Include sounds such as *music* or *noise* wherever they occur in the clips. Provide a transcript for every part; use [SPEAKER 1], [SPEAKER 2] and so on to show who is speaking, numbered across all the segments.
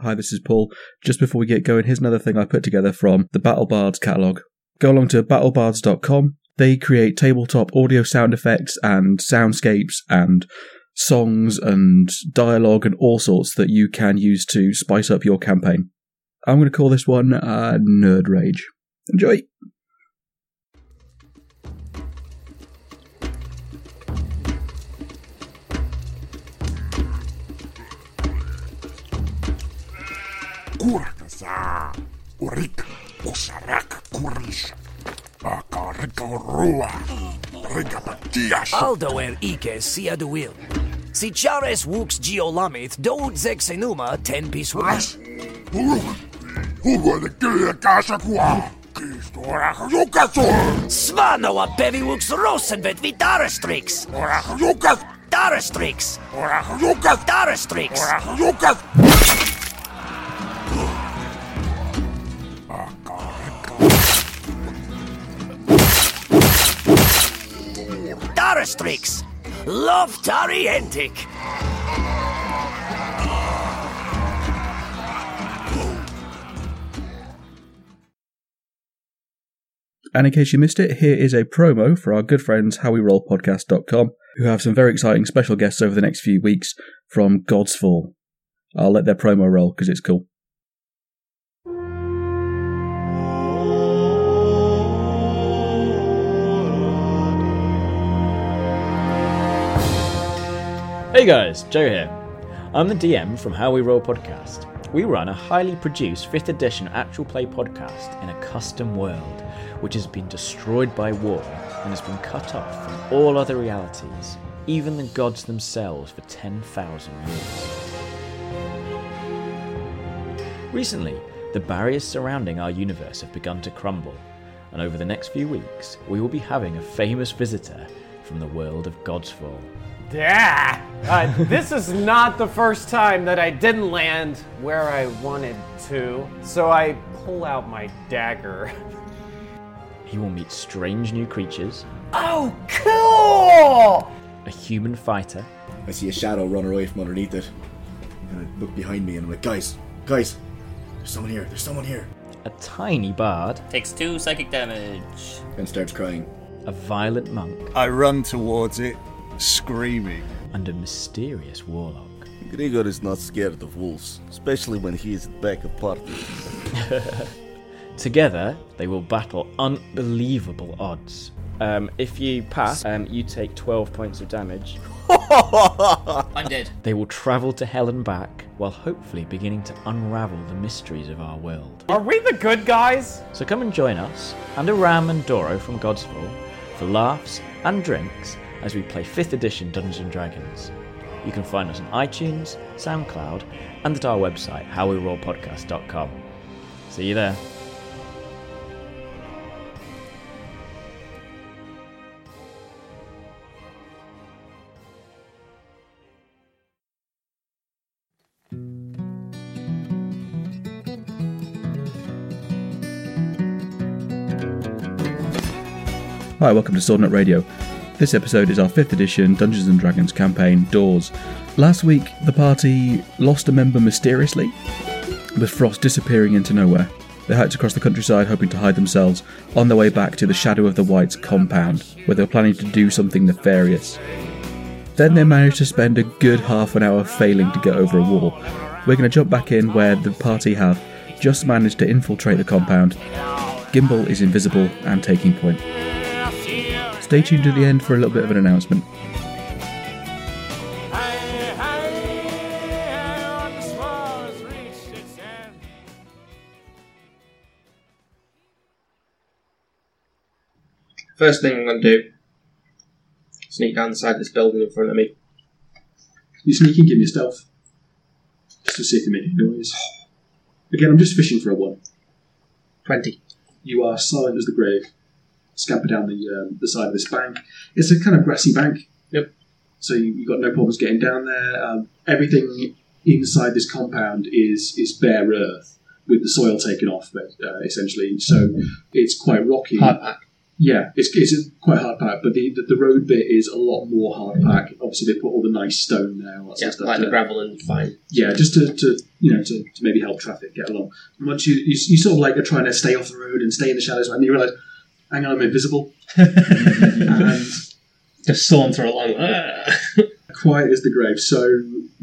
[SPEAKER 1] Hi, this is Paul. Just before we get going, here's another thing I put together from the Battle Bards catalogue. Go along to battlebards.com. They create tabletop audio sound effects and soundscapes and songs and dialogue and all sorts that you can use to spice up your campaign. I'm going to call this one uh, Nerd Rage. Enjoy!
[SPEAKER 2] Kurkasa, Urik, Usarak, Kurish, Bakarika Rigapatias,
[SPEAKER 3] Aldo er ikes sia duil. Si chares vux geolamith doud zexenuma e ten pis
[SPEAKER 2] Ras, Uruk, Hugo de Kilakasakua, Kistora Yukasur,
[SPEAKER 3] Svano a bevi vux rosenvet vi darastrix.
[SPEAKER 2] Orahukas,
[SPEAKER 3] Darastrix.
[SPEAKER 2] Orahukas,
[SPEAKER 3] Darastrix.
[SPEAKER 2] Orahukas, Bakarika,
[SPEAKER 3] Darastrix. Love tarientic.
[SPEAKER 1] And in case you missed it, here is a promo for our good friends howwerollpodcast.com, who have some very exciting special guests over the next few weeks from God's Fall. I'll let their promo roll because it's cool.
[SPEAKER 4] Hey guys, Joe here. I'm the DM from How We Roll Podcast. We run a highly produced 5th edition actual play podcast in a custom world, which has been destroyed by war and has been cut off from all other realities, even the gods themselves, for 10,000 years. Recently, the barriers surrounding our universe have begun to crumble, and over the next few weeks, we will be having a famous visitor from the world of Godsfall.
[SPEAKER 5] Yeah. Uh, this is not the first time that I didn't land where I wanted to, so I pull out my dagger.
[SPEAKER 4] He will meet strange new creatures,
[SPEAKER 3] Oh, cool!
[SPEAKER 4] a human fighter,
[SPEAKER 6] I see a shadow run away from underneath it. And I look behind me and I'm like, guys, guys, there's someone here, there's someone here.
[SPEAKER 4] a tiny bard,
[SPEAKER 7] Takes two psychic damage.
[SPEAKER 6] And starts crying.
[SPEAKER 4] a violent monk,
[SPEAKER 8] I run towards it, screaming.
[SPEAKER 4] and a mysterious warlock.
[SPEAKER 9] Gregor is not scared of wolves, especially when he is back of party.
[SPEAKER 4] Together, they will battle unbelievable odds. Um, if you pass, um, you take 12 points of damage.
[SPEAKER 7] I'm dead.
[SPEAKER 4] They will travel to hell and back, while hopefully beginning to unravel the mysteries of our world.
[SPEAKER 5] Are we the good guys?
[SPEAKER 4] So come and join us, and Aram and Doro from Godsfall, for laughs and drinks as we play 5th edition Dungeons and Dragons. You can find us on iTunes, SoundCloud, and at our website, howwerollpodcast.com. See you there.
[SPEAKER 1] Hi, welcome to Swordnut Radio. This episode is our 5th edition Dungeons and Dragons campaign, Doors. Last week, the party lost a member mysteriously, with Frost disappearing into nowhere. They hiked across the countryside hoping to hide themselves on their way back to the Shadow of the White's compound, where they were planning to do something nefarious. Then they managed to spend a good half an hour failing to get over a wall. We're going to jump back in where the party have just managed to infiltrate the compound. Gimbal is invisible and taking point. Stay tuned to the end for a little bit of an announcement.
[SPEAKER 10] First thing I'm going to do, sneak down the side of this building in front of me.
[SPEAKER 11] You sneaking, give me stealth. Just to see if you make any noise. Again, I'm just fishing for a one.
[SPEAKER 10] 20.
[SPEAKER 11] You are silent as the grave. Scamper down the um, the side of this bank. It's a kind of grassy bank.
[SPEAKER 10] Yep.
[SPEAKER 11] So you, you've got no problems getting down there. Um, everything inside this compound is is bare earth with the soil taken off, but, uh, essentially. So it's quite rocky.
[SPEAKER 10] Hard pack.
[SPEAKER 1] Yeah, it's, it's a quite hard pack, but the, the, the road bit is a lot more hard pack. Obviously, they put all the nice stone there, all that
[SPEAKER 11] Yeah,
[SPEAKER 1] sort of stuff.
[SPEAKER 11] like the
[SPEAKER 1] to-
[SPEAKER 11] gravel and fine.
[SPEAKER 1] yeah, just to, to you know to, to maybe help traffic get along. And once you, you you sort of like are trying to stay off the road and stay in the shadows, and you realise, hang on, I'm invisible. and
[SPEAKER 11] Just saunter along. Ah.
[SPEAKER 1] *laughs* quiet is the grave. So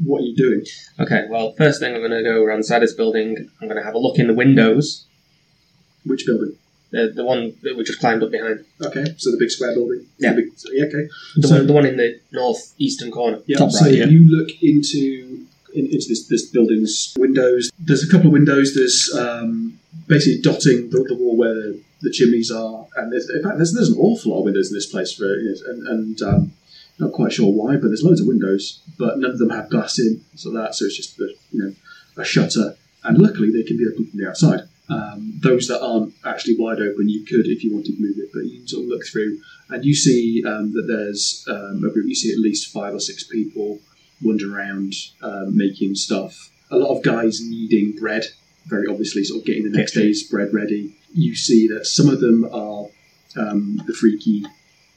[SPEAKER 1] what are you doing?
[SPEAKER 11] Okay, well, first thing I'm going to go around inside this building. I'm going to have a look in the windows.
[SPEAKER 1] Which building?
[SPEAKER 11] The, the one that we just climbed up behind.
[SPEAKER 1] Okay, so the big square building.
[SPEAKER 11] Yeah.
[SPEAKER 1] The big, so, yeah okay.
[SPEAKER 11] The,
[SPEAKER 1] so,
[SPEAKER 11] one, the one in the northeastern corner.
[SPEAKER 1] yeah, so you look into in, into this, this building's windows. There's a couple of windows. There's um, basically dotting the, the wall where the, the chimneys are, and there's, in fact, there's, there's an awful lot of windows in this place for and, and um, not quite sure why, but there's loads of windows, but none of them have glass in, so that so it's just the, you know a shutter, and luckily they can be opened from the outside. Um, those that aren't actually wide open, you could if you wanted move it, but you can sort of look through, and you see um, that there's um, a group. You see at least five or six people wander around um, making stuff. A lot of guys needing bread, very obviously, sort of getting the next day's bread ready. You see that some of them are um, the freaky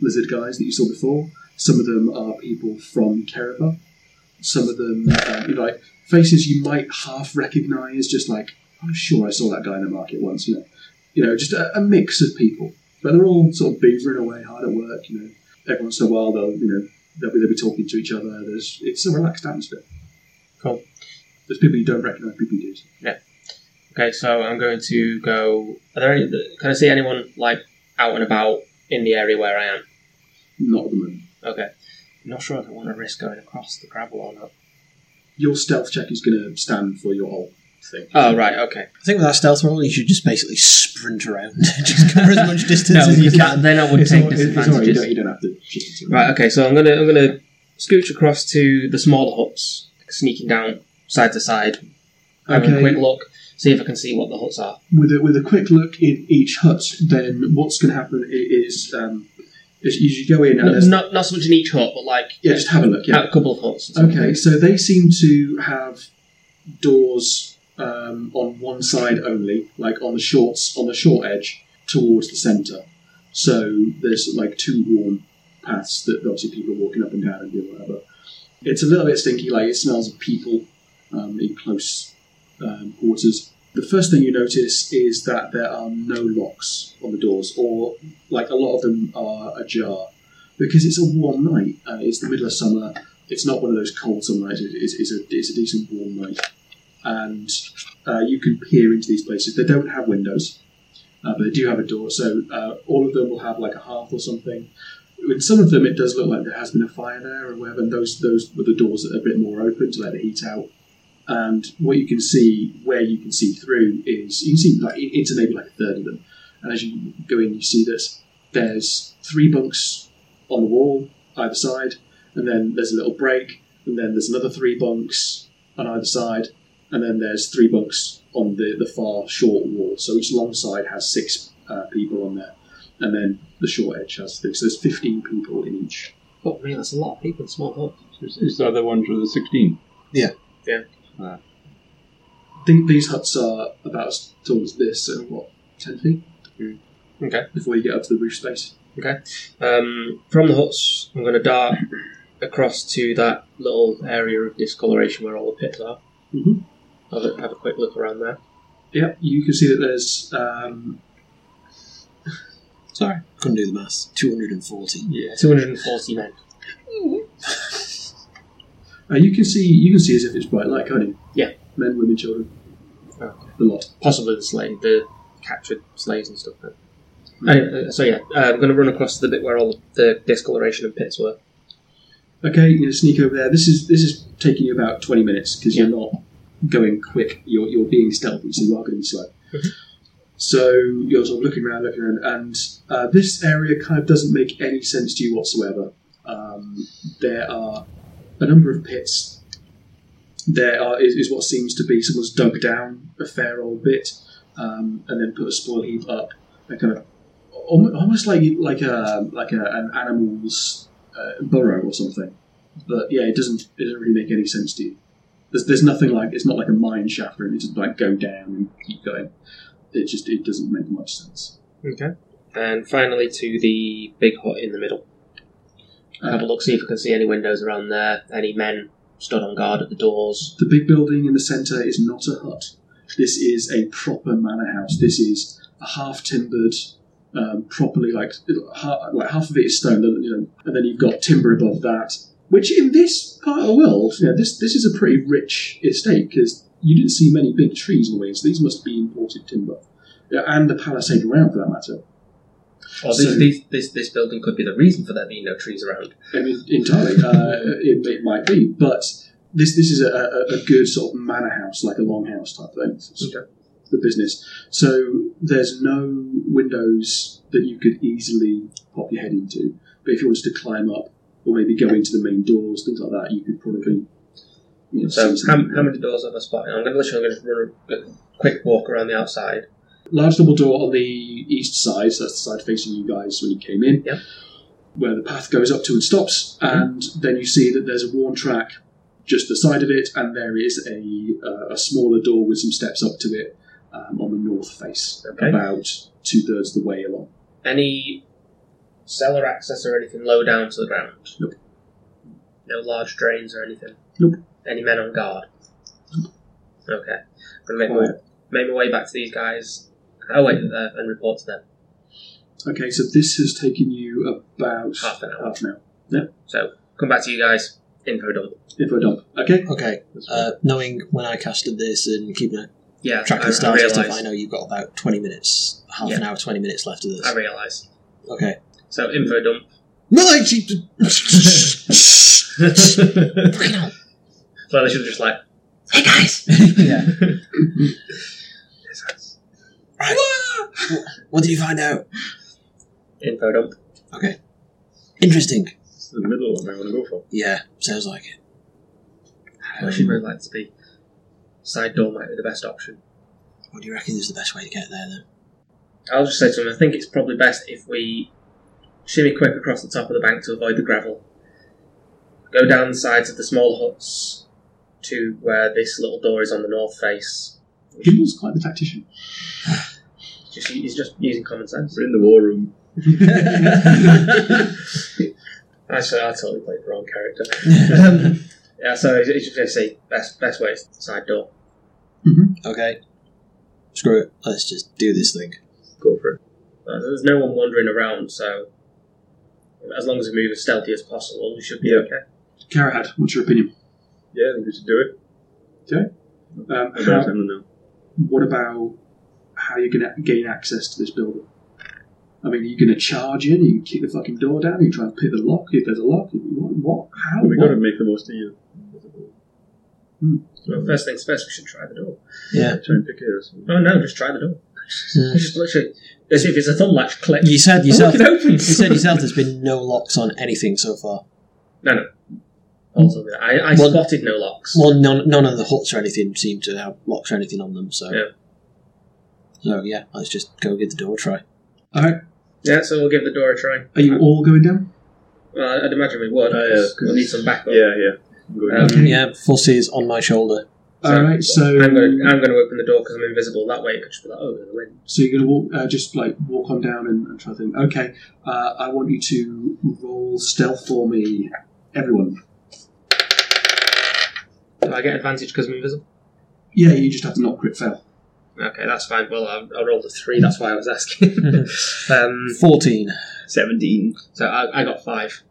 [SPEAKER 1] lizard guys that you saw before. Some of them are people from Kereba. Some of them, um, you know, like faces you might half recognise, just like I'm sure I saw that guy in the market once. You know, you know, just a, a mix of people, but they're all sort of beavering away hard at work. You know, every once in a while they'll, you know, they'll be, they'll be talking to each other. There's it's a relaxed atmosphere.
[SPEAKER 11] Cool.
[SPEAKER 1] There's people you don't recognise, people you do.
[SPEAKER 11] Okay, so I'm going to go. Are there any, can I see anyone like out and about in the area where I am?
[SPEAKER 1] Not at the moment.
[SPEAKER 11] Okay. I'm not sure if I want to risk going across the gravel or not.
[SPEAKER 1] Your stealth check is going to stand for your whole thing.
[SPEAKER 11] Oh, right, okay.
[SPEAKER 12] I think with that stealth roll, you should just basically sprint
[SPEAKER 1] *laughs*
[SPEAKER 12] around, just cover as
[SPEAKER 11] *laughs*
[SPEAKER 12] much distance as you can.
[SPEAKER 11] Then I would
[SPEAKER 12] It's
[SPEAKER 11] take
[SPEAKER 12] all- it's all right,
[SPEAKER 11] disadvantages.
[SPEAKER 12] you don't- you
[SPEAKER 1] don't have to.
[SPEAKER 11] Right, okay, so I'm gonna I'm gonna scooch across to the smaller huts, sneaking down side to side, having
[SPEAKER 1] Okay.
[SPEAKER 11] a quick look, see if I can see what the huts are.
[SPEAKER 1] with a, with a quick look in each hut, then what's going to happen i- is, um, is you should go in and
[SPEAKER 11] No-
[SPEAKER 1] there's-
[SPEAKER 11] not not so much in each hut, but like
[SPEAKER 1] Yeah, just have a look, yeah.
[SPEAKER 11] at a couple of huts. or something.
[SPEAKER 1] Okay, so they seem to have doors um, on one side only, like on the shorts on the short edge towards the centre. So there's like two worn paths that obviously people are walking up and down and doing whatever. It's a little bit stinky, like it smells of people um, in close um, quarters. The first thing you notice is that there are no locks on the doors, or like a lot of them are ajar because it's a warm night. Uh, it's the middle of summer. It's not one of those cold summer nights. It- It's, it's, a, it's a decent warm night. And uh, you can peer into these places. They don't have windows, uh, but they do have a door. So uh, all of them will have like a hearth or something. In some of them, it does look like there has been a fire there or whatever. And those, those were the doors that are a bit more open to let the heat out. And what you can see, where you can see through, is you can see like in- into maybe like a third of them. And as you go in, you see that there's three bunks on the wall either side, and then there's a little break, and then there's another three bunks on either side, and then there's three bunks on the, the far short wall. So each long side has six uh, people on there, and then the short edge has three. So there's 15 people in each.
[SPEAKER 11] Oh, really, that's a lot of people in small huts.
[SPEAKER 13] Is that the ones with the 16?
[SPEAKER 12] Yeah.
[SPEAKER 11] Yeah.
[SPEAKER 13] Ah.
[SPEAKER 1] I think these huts are about as tall as this, so what, 10 feet?
[SPEAKER 11] Mm. Okay.
[SPEAKER 1] Before you get up to the roof space.
[SPEAKER 11] Okay. Um, from the huts, I'm going to dart across to that little area of discoloration where all the pits are.
[SPEAKER 1] Mm-hmm.
[SPEAKER 11] Have a, have a quick look around there.
[SPEAKER 1] Yep, you can see that there's. Um,
[SPEAKER 12] Sorry, couldn't do the maths. Two hundred and forty. Yeah,
[SPEAKER 11] 240 men.
[SPEAKER 1] uh, you can see you can see as if it's bright light, can't you?
[SPEAKER 11] Yeah.
[SPEAKER 1] Men, women, children.
[SPEAKER 11] Okay.
[SPEAKER 1] The lot.
[SPEAKER 11] Possibly the slave, the captured slaves and stuff. But
[SPEAKER 1] Mm.
[SPEAKER 11] anyway, uh, so yeah, uh, I'm going to run across to the bit where all the discoloration and pits were.
[SPEAKER 1] Okay, you're gonna sneak over there. This is this is taking you about twenty minutes because you're not going quick. You're you're being stealthy, so you are going to be slow. So you're sort of looking around, looking around, and uh, this area kind of doesn't make any sense to you whatsoever. Um, there are a number of pits. There are is, is what seems to be someone's dug down a fair old bit, um, and then put a spoil heap up, and kind of almo- almost like like a like a, an animal's uh, burrow or something. But yeah, it doesn't it doesn't really make any sense to you. There's, there's nothing like it's not like a mine shaft or anything. It just like go down and keep going. It just it doesn't make much sense.
[SPEAKER 11] Okay. and finally to the big hut in the middle. I have a look, see if I can see any windows around there, any men stood on guard at the doors.
[SPEAKER 1] The big building in the centre is not a hut. This is a proper manor house. This is a half timbered, um, properly like ha- like half of it is stone, then, you know, and then you've got timber above that. Which in this part of the world, you know, this this is a pretty rich estate because you didn't see many big trees in the way, so these must be imported timber, Yeah, and the palisade around for that matter.
[SPEAKER 11] Well,
[SPEAKER 1] So-
[SPEAKER 11] this, this, this, this building could be the reason for there being no trees around.
[SPEAKER 1] I mean, entirely. Uh, it, it might be, but this this is a, a, a good sort of manor house, like a long house type thing. It's The business. So there's no windows that you could easily pop your head into. But if you wanted to climb up or maybe go into the main doors, things like that, you could probably. You know,
[SPEAKER 11] So,
[SPEAKER 1] see
[SPEAKER 11] how,
[SPEAKER 1] something.
[SPEAKER 11] how many doors have I spotted? I'm going to literally just run a a quick walk around the outside.
[SPEAKER 1] large double door on the east side, so that's the side facing you guys when you came in, where the path goes up to and stops, and then you see that there's a worn track just the side of it, and there is a, uh, a smaller door with some steps up to it um, on the north face,
[SPEAKER 11] Okay.
[SPEAKER 1] about two thirds the way along.
[SPEAKER 11] Any cellar access or anything low down to the ground?
[SPEAKER 1] Nope.
[SPEAKER 11] No large drains or anything?
[SPEAKER 1] Nope.
[SPEAKER 11] Any men on guard? Okay. I'm going to make,
[SPEAKER 1] Quiet.
[SPEAKER 11] my- make my way back to these guys. I'll wait there and report to them.
[SPEAKER 1] Okay, so this has taken you about
[SPEAKER 11] Half an hour.
[SPEAKER 1] Half an hour. Yep.
[SPEAKER 11] So, come back to you guys. Info dump.
[SPEAKER 1] Info dump. Okay.
[SPEAKER 14] Okay. Uh, knowing when I casted this and keeping a
[SPEAKER 11] Yeah,
[SPEAKER 14] track of
[SPEAKER 11] I- I
[SPEAKER 14] the stars and stuff,
[SPEAKER 11] realised.
[SPEAKER 14] I know you've got about twenty minutes, half an
[SPEAKER 11] Yeah.
[SPEAKER 14] hour, twenty minutes left of this.
[SPEAKER 11] I realise.
[SPEAKER 14] Okay.
[SPEAKER 11] So, info dump.
[SPEAKER 14] No, I keep.
[SPEAKER 11] *laughs*
[SPEAKER 14] *laughs* Fucking hell.
[SPEAKER 11] So, they should have just like,
[SPEAKER 14] Hey guys.
[SPEAKER 11] yeah.
[SPEAKER 14] Right. Wh- what did you find out?
[SPEAKER 11] Info dump.
[SPEAKER 14] Okay. Interesting.
[SPEAKER 15] It's the middle one I want to go for.
[SPEAKER 14] Yeah, sounds like it.
[SPEAKER 11] I should really like to be. Side door might be the best option.
[SPEAKER 14] What do you reckon is the best way to get there then?
[SPEAKER 11] I'll just say to him, I think it's probably best if we shimmy quick across the top of the bank to avoid the gravel. Go down the sides of the small huts to where this little door is on the north face.
[SPEAKER 1] Gimble's quite the tactician.
[SPEAKER 11] Just, he's just using common sense.
[SPEAKER 15] We're in the war
[SPEAKER 11] *laughs*
[SPEAKER 15] room.
[SPEAKER 11] Actually, I totally played the wrong character. um, *laughs* yeah, so he's he's just going to say best best way is side door.
[SPEAKER 14] Okay. Screw it. Let's just do this thing.
[SPEAKER 11] Go for it. Uh, there's no one wandering around, so as long as we move as stealthy as possible, we should be
[SPEAKER 15] Yeah.
[SPEAKER 11] okay.
[SPEAKER 1] Carahad, what's your opinion?
[SPEAKER 15] Yeah, I think we should do it.
[SPEAKER 1] Okay. Um,
[SPEAKER 15] I
[SPEAKER 1] how-
[SPEAKER 15] don't know.
[SPEAKER 1] what about how you're going to gain access to this building? I mean, are you going to charge in? Are you kick the fucking door down? Are you try and pick the lock if there's a lock? What? what how?
[SPEAKER 15] We've
[SPEAKER 1] what?
[SPEAKER 15] got to make the most of you.
[SPEAKER 11] Well, first things first, we should try the door.
[SPEAKER 14] Yeah.
[SPEAKER 15] Try and pick it or something.
[SPEAKER 11] Oh no, just try the door. *laughs* Just literally, as if it's a thumb latch click.
[SPEAKER 14] You said
[SPEAKER 11] Oh,
[SPEAKER 14] yourself.
[SPEAKER 11] look, it
[SPEAKER 14] You
[SPEAKER 11] opens.
[SPEAKER 14] said yourself. There's been no locks on anything so far.
[SPEAKER 11] no, no. Also, I, I
[SPEAKER 14] Well-
[SPEAKER 11] spotted no locks.
[SPEAKER 14] Well, none, none of the huts or anything seem to have locks or anything on them. So,
[SPEAKER 11] Yeah.
[SPEAKER 14] so yeah, let's just go give the door a try.
[SPEAKER 1] All right.
[SPEAKER 11] Yeah, so we'll give the door a try.
[SPEAKER 1] Are you all going down?
[SPEAKER 11] Well, I'd imagine we would.
[SPEAKER 15] Oh, yeah,
[SPEAKER 11] 'cause we'll need some backup. Yeah, yeah. Um,
[SPEAKER 14] Okay. Yeah, Fussy is on my shoulder.
[SPEAKER 1] all right. So,
[SPEAKER 11] I'm going. to I'm going to open the door because I'm invisible. That way, it could just be like, oh, there's a wind.
[SPEAKER 1] so you're going to walk, uh, just like walk on down and, and try to think. Okay, uh, I want you to roll stealth for me, everyone.
[SPEAKER 11] Do I get advantage because I'm invisible?
[SPEAKER 1] Yeah, you just have to not crit fail.
[SPEAKER 11] Okay, that's fine. Well, I, I rolled a three. That's why I was asking. um,
[SPEAKER 14] Fourteen.
[SPEAKER 15] 17.
[SPEAKER 11] so I, I got five.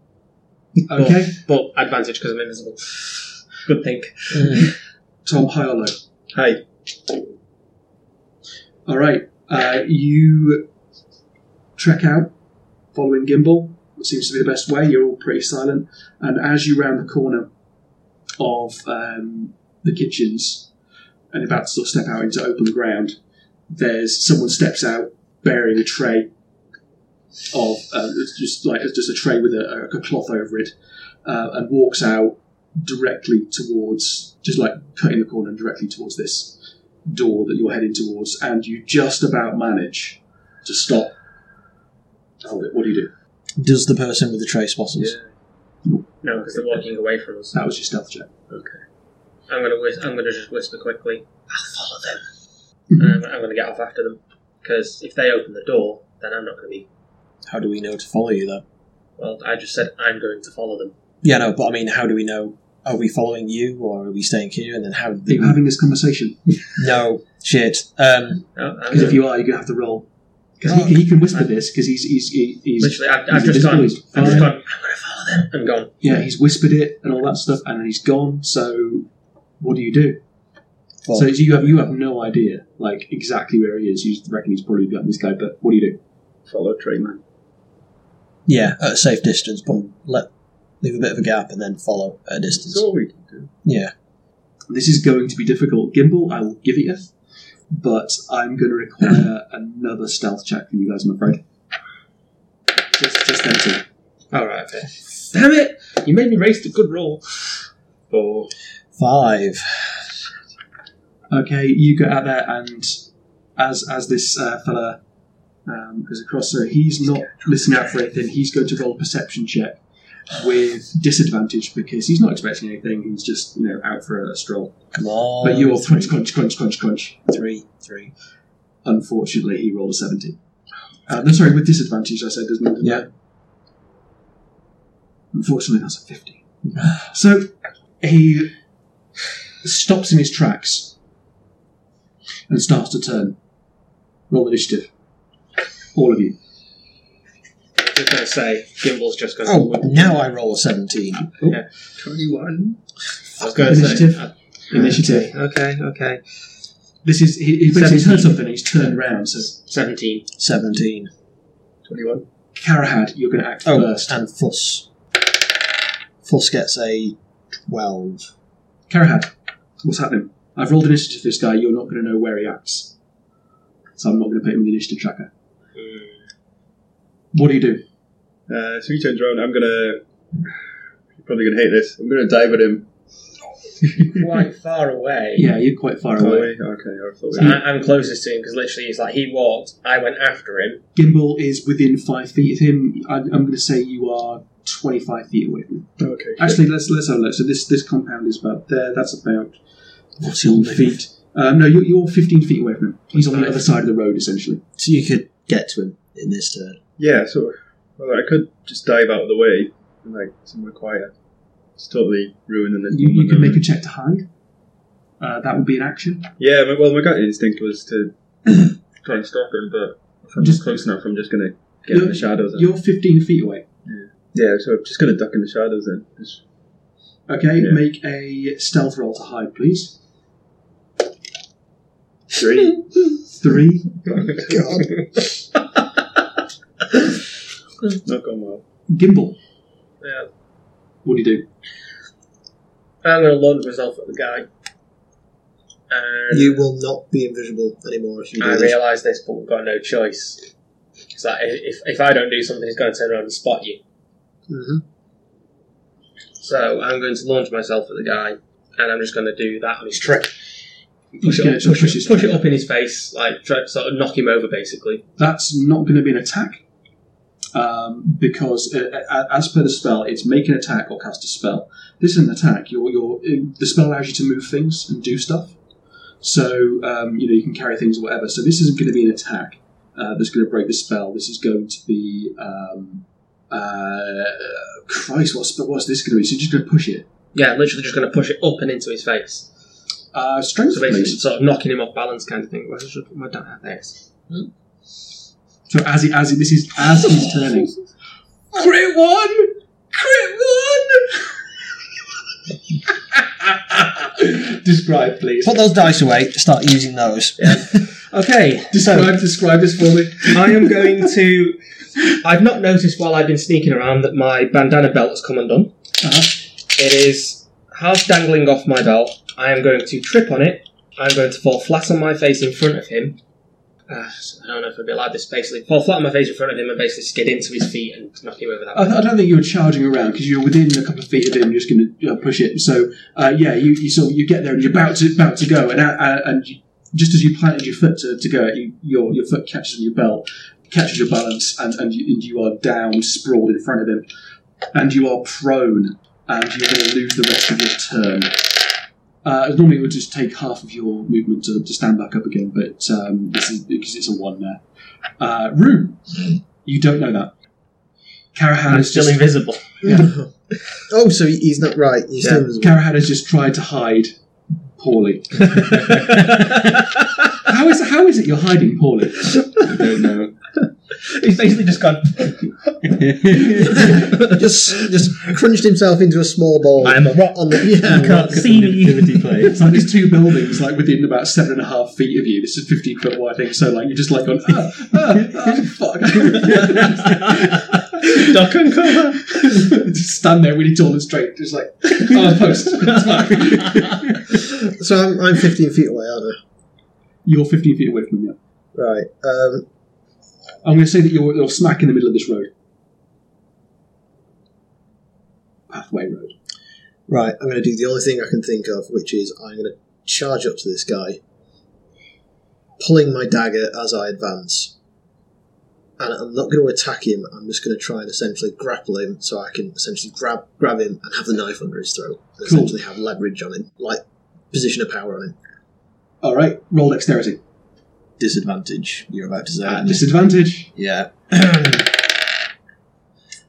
[SPEAKER 1] Okay.
[SPEAKER 11] But, but advantage because I'm invisible. Good think.
[SPEAKER 1] *laughs* Tom, high or low?
[SPEAKER 15] Hi.
[SPEAKER 1] All right. Uh, you trek out following Gimbal. It seems to be the best way. You're all pretty silent. And as you round the corner of um, the kitchens and about to sort of step out into open ground, there's someone steps out bearing a tray of uh, it's just like it's just a tray with a, a cloth over it uh, and walks out directly towards just like cutting the corner and directly towards this door that you're heading towards, and you just about manage to stop. Hold it. What do you do?
[SPEAKER 14] Does the person with the tray spot us?
[SPEAKER 11] No, because they're walking away from us.
[SPEAKER 1] That was your stealth check.
[SPEAKER 11] I'm gonna whis- I'm gonna just whisper
[SPEAKER 1] Mm-hmm.
[SPEAKER 11] quickly. I'll follow them. And I'm, I'm gonna get off after them because if they open the door, then I'm not going to be.
[SPEAKER 16] How do we know to follow you, though?
[SPEAKER 11] Well, I just said I'm going to follow them.
[SPEAKER 16] Yeah, no, but I mean, how do we know? Are we following you, or are we staying here? And then how?
[SPEAKER 1] Are you having this conversation?
[SPEAKER 16] No, shit. Um,
[SPEAKER 11] Oh,
[SPEAKER 1] Because if you are, you're going to have to roll. Because he, he can whisper this, because he's, he's, he- he's.
[SPEAKER 11] Literally, I've,
[SPEAKER 1] he's
[SPEAKER 11] I've just
[SPEAKER 1] invisible,
[SPEAKER 11] gone.
[SPEAKER 1] he's
[SPEAKER 11] I've just
[SPEAKER 1] fine.
[SPEAKER 11] gone. I'm going to follow them. I'm gone.
[SPEAKER 1] Yeah, he's whispered it and all that stuff, and then he's gone. So, what do you do?
[SPEAKER 16] Well-
[SPEAKER 1] so you have you have no idea like exactly where he is. You just reckon he's probably got this guy, but what do you do?
[SPEAKER 15] Follow Trey, man.
[SPEAKER 16] yeah, at a safe distance, but let leave a bit of a gap and then follow at a distance.
[SPEAKER 15] That's all we can do.
[SPEAKER 16] Yeah,
[SPEAKER 1] This is going to be difficult, Gimbal. I will give it you, but I'm going
[SPEAKER 16] *laughs*
[SPEAKER 1] to require another stealth check from you guys. I'm afraid. Just just them two.
[SPEAKER 11] All right. Okay. Damn it! You made me raise the good roll.
[SPEAKER 15] Four.
[SPEAKER 16] five.
[SPEAKER 1] Okay, you go out there, and as as this uh, fella um, goes across, so he's not listening out for anything. He's going to roll a perception check with disadvantage because he's not expecting anything. He's just you know out for a stroll.
[SPEAKER 16] Come on.
[SPEAKER 1] But you all crunch, crunch, crunch, crunch, crunch.
[SPEAKER 16] three, three.
[SPEAKER 1] Unfortunately, he rolled a seventy. Uh, no, sorry, with disadvantage, I said, doesn't it?
[SPEAKER 16] Yeah.
[SPEAKER 1] Unfortunately, that's a 50. So he stops in his tracks and starts to turn. Roll initiative. All of you.
[SPEAKER 11] Just going to say, Gimbal's just going.
[SPEAKER 16] Oh, now I roll a seventeen.
[SPEAKER 11] yeah. Twenty-one. I was going to
[SPEAKER 1] Initiative.
[SPEAKER 11] say. uh,
[SPEAKER 1] Initiative.
[SPEAKER 11] Okay. Okay.
[SPEAKER 1] This is he, he basically
[SPEAKER 11] Seventeen.
[SPEAKER 1] heard something. He's turned round. So
[SPEAKER 11] Seventeen.
[SPEAKER 16] Seventeen.
[SPEAKER 15] 21.
[SPEAKER 1] Karahad, you're going to act
[SPEAKER 16] Oh,
[SPEAKER 1] first.
[SPEAKER 16] and Fuss. Fuss gets a twelve.
[SPEAKER 1] Karahad, what's happening? I've rolled initiative for this guy. You're not going to know where he acts, so I'm not going to put him in the initiative tracker. Hmm. What do you do?
[SPEAKER 15] Uh, so he turns around. I'm gonna. You're probably gonna hate this. I'm gonna dive at him.
[SPEAKER 11] Quite far away.
[SPEAKER 1] *laughs* Yeah, you're quite far away.
[SPEAKER 15] Okay, I thought
[SPEAKER 11] So
[SPEAKER 15] we.
[SPEAKER 11] I, I'm closest to him because literally, it's like he walked. I went after him.
[SPEAKER 1] Gimbal is within five feet of him. I, I'm going to say you are 25 feet away from him.
[SPEAKER 15] Okay. shit.
[SPEAKER 1] Actually, let's let's have a look. So this this compound is about there. That's about
[SPEAKER 16] What's your
[SPEAKER 1] 15 feet. Um, no, you're, you're 15 feet away from him. He's on the other side of the road, essentially.
[SPEAKER 16] So you could get to him in this turn.
[SPEAKER 15] Yeah. So well, I could just dive out of the way and like somewhere quiet. It's totally ruining the.
[SPEAKER 1] You, you can make a check to hide. Uh, that would be an action.
[SPEAKER 15] Yeah. my- Well, my gut instinct was to try and stop him, but if I'm just close enough, I'm just gonna get in
[SPEAKER 1] You're-
[SPEAKER 15] the shadows. Then.
[SPEAKER 1] You're 15 feet away.
[SPEAKER 15] Yeah. So I'm just gonna duck in the shadows then. Just,
[SPEAKER 1] Okay,
[SPEAKER 15] Yeah.
[SPEAKER 1] make a stealth roll to hide, please.
[SPEAKER 15] three.
[SPEAKER 1] *laughs*
[SPEAKER 11] *laughs*
[SPEAKER 1] Three.
[SPEAKER 15] Not going well.
[SPEAKER 1] Gimbal,
[SPEAKER 11] Yeah.
[SPEAKER 1] what do you do?
[SPEAKER 11] I'm going to launch myself at the guy. And
[SPEAKER 16] You will not be invisible anymore if you do
[SPEAKER 11] I
[SPEAKER 16] this.
[SPEAKER 11] realise this, but we've got no choice. It's like if, if I don't do something, he's going to turn around and spot you.
[SPEAKER 16] Mhm.
[SPEAKER 11] So I'm going to launch myself at the guy, and I'm just going to do that on his trip. Push,
[SPEAKER 1] Just get it
[SPEAKER 11] it, up,
[SPEAKER 1] to
[SPEAKER 11] push,
[SPEAKER 1] push
[SPEAKER 11] it,
[SPEAKER 1] his-
[SPEAKER 11] push it up in his face, like try, sort of knock him over, basically.
[SPEAKER 1] That's not going to be an attack um, because, uh, uh, as per the spell, it's make an attack or cast a spell. This is an attack. Your your uh, the spell allows you to move things and do stuff. So um, you know you can carry things or whatever. So this isn't going to be an attack uh, that's going to break the spell. This is going to be um, uh, Christ. What spell? What's this going to be? So you're just going to push it.
[SPEAKER 11] Yeah, literally just going to push it up and into his face.
[SPEAKER 1] Uh, strength,
[SPEAKER 11] So basically,
[SPEAKER 1] please.
[SPEAKER 11] sort of knocking him off balance, kind of thing. Why should- why don't I have this?
[SPEAKER 1] So as he, as he, this is as he's turning.
[SPEAKER 11] Crit one! Crit one!
[SPEAKER 1] *laughs* Describe, please.
[SPEAKER 16] Put those dice away. Start using those.
[SPEAKER 11] Okay,
[SPEAKER 1] Describe, describe this for me.
[SPEAKER 11] I am going to. I've not noticed while I've been sneaking around that my bandana belt has come undone.
[SPEAKER 1] Uh-huh.
[SPEAKER 11] It is half dangling off my belt. I am going to trip on it. I'm going to fall flat on my face in front of him. Uh, I don't know if I'd be allowed this. Basically, fall flat on my face in front of him and basically skid into his feet and knock him over that.
[SPEAKER 1] I, I don't think you were charging around because you're within a couple of feet of him. You're just going to uh, push it. So uh, yeah, you, you sort of, you get there and you're about to about to go, and uh, uh, and you, just as you planted your foot to, to go, you, your your foot catches on your belt, catches your balance, and and you, and you are down, sprawled in front of him, and you are prone, and you're going to lose the rest of your turn.
[SPEAKER 11] Uh, normally, it would just take half of your movement to, to stand back up again, but um, this is because it's a one there. Uh, Rue, you don't know that. Karahan
[SPEAKER 10] I'm
[SPEAKER 11] is
[SPEAKER 10] still
[SPEAKER 11] just-
[SPEAKER 10] invisible.
[SPEAKER 11] Yeah.
[SPEAKER 17] Oh, so he- he's not right. He's
[SPEAKER 11] yeah.
[SPEAKER 17] still invisible.
[SPEAKER 11] Karahan has just tried to hide poorly. how is how is it you're hiding poorly? I don't know.
[SPEAKER 1] He's basically just gone.
[SPEAKER 17] just just crunched himself into a small ball. I'm a rock. On the, yeah,
[SPEAKER 11] *laughs* It's like these two buildings, like within about seven and a half feet of you. This is fifteen foot wide thing, so like you're just like on. "Ah, ah, ah, fuck. Duck and cover. *laughs* just stand there really tall and straight, just like oh,
[SPEAKER 17] *laughs*
[SPEAKER 11] post. It's fine.
[SPEAKER 17] So I'm, Um, I'm 15 feet away, aren't
[SPEAKER 11] You're fifteen feet away from him. Yeah.
[SPEAKER 17] I? Right. Um,
[SPEAKER 11] I'm going to say that you're, you're smack in the middle of this road, pathway road.
[SPEAKER 17] right. I'm going to do the only thing I can think of, which is I'm going to charge up to this guy, pulling my dagger as I advance. And I'm not going to attack him. I'm just going to try and essentially grapple him, so I can essentially grab grab him and have the knife under his throat. And
[SPEAKER 11] Cool.
[SPEAKER 17] Essentially, have leverage on him, like position of power on him.
[SPEAKER 11] All right, roll dexterity.
[SPEAKER 17] Disadvantage. You're about to say.
[SPEAKER 11] At disadvantage. *clears throat*
[SPEAKER 17] Yeah.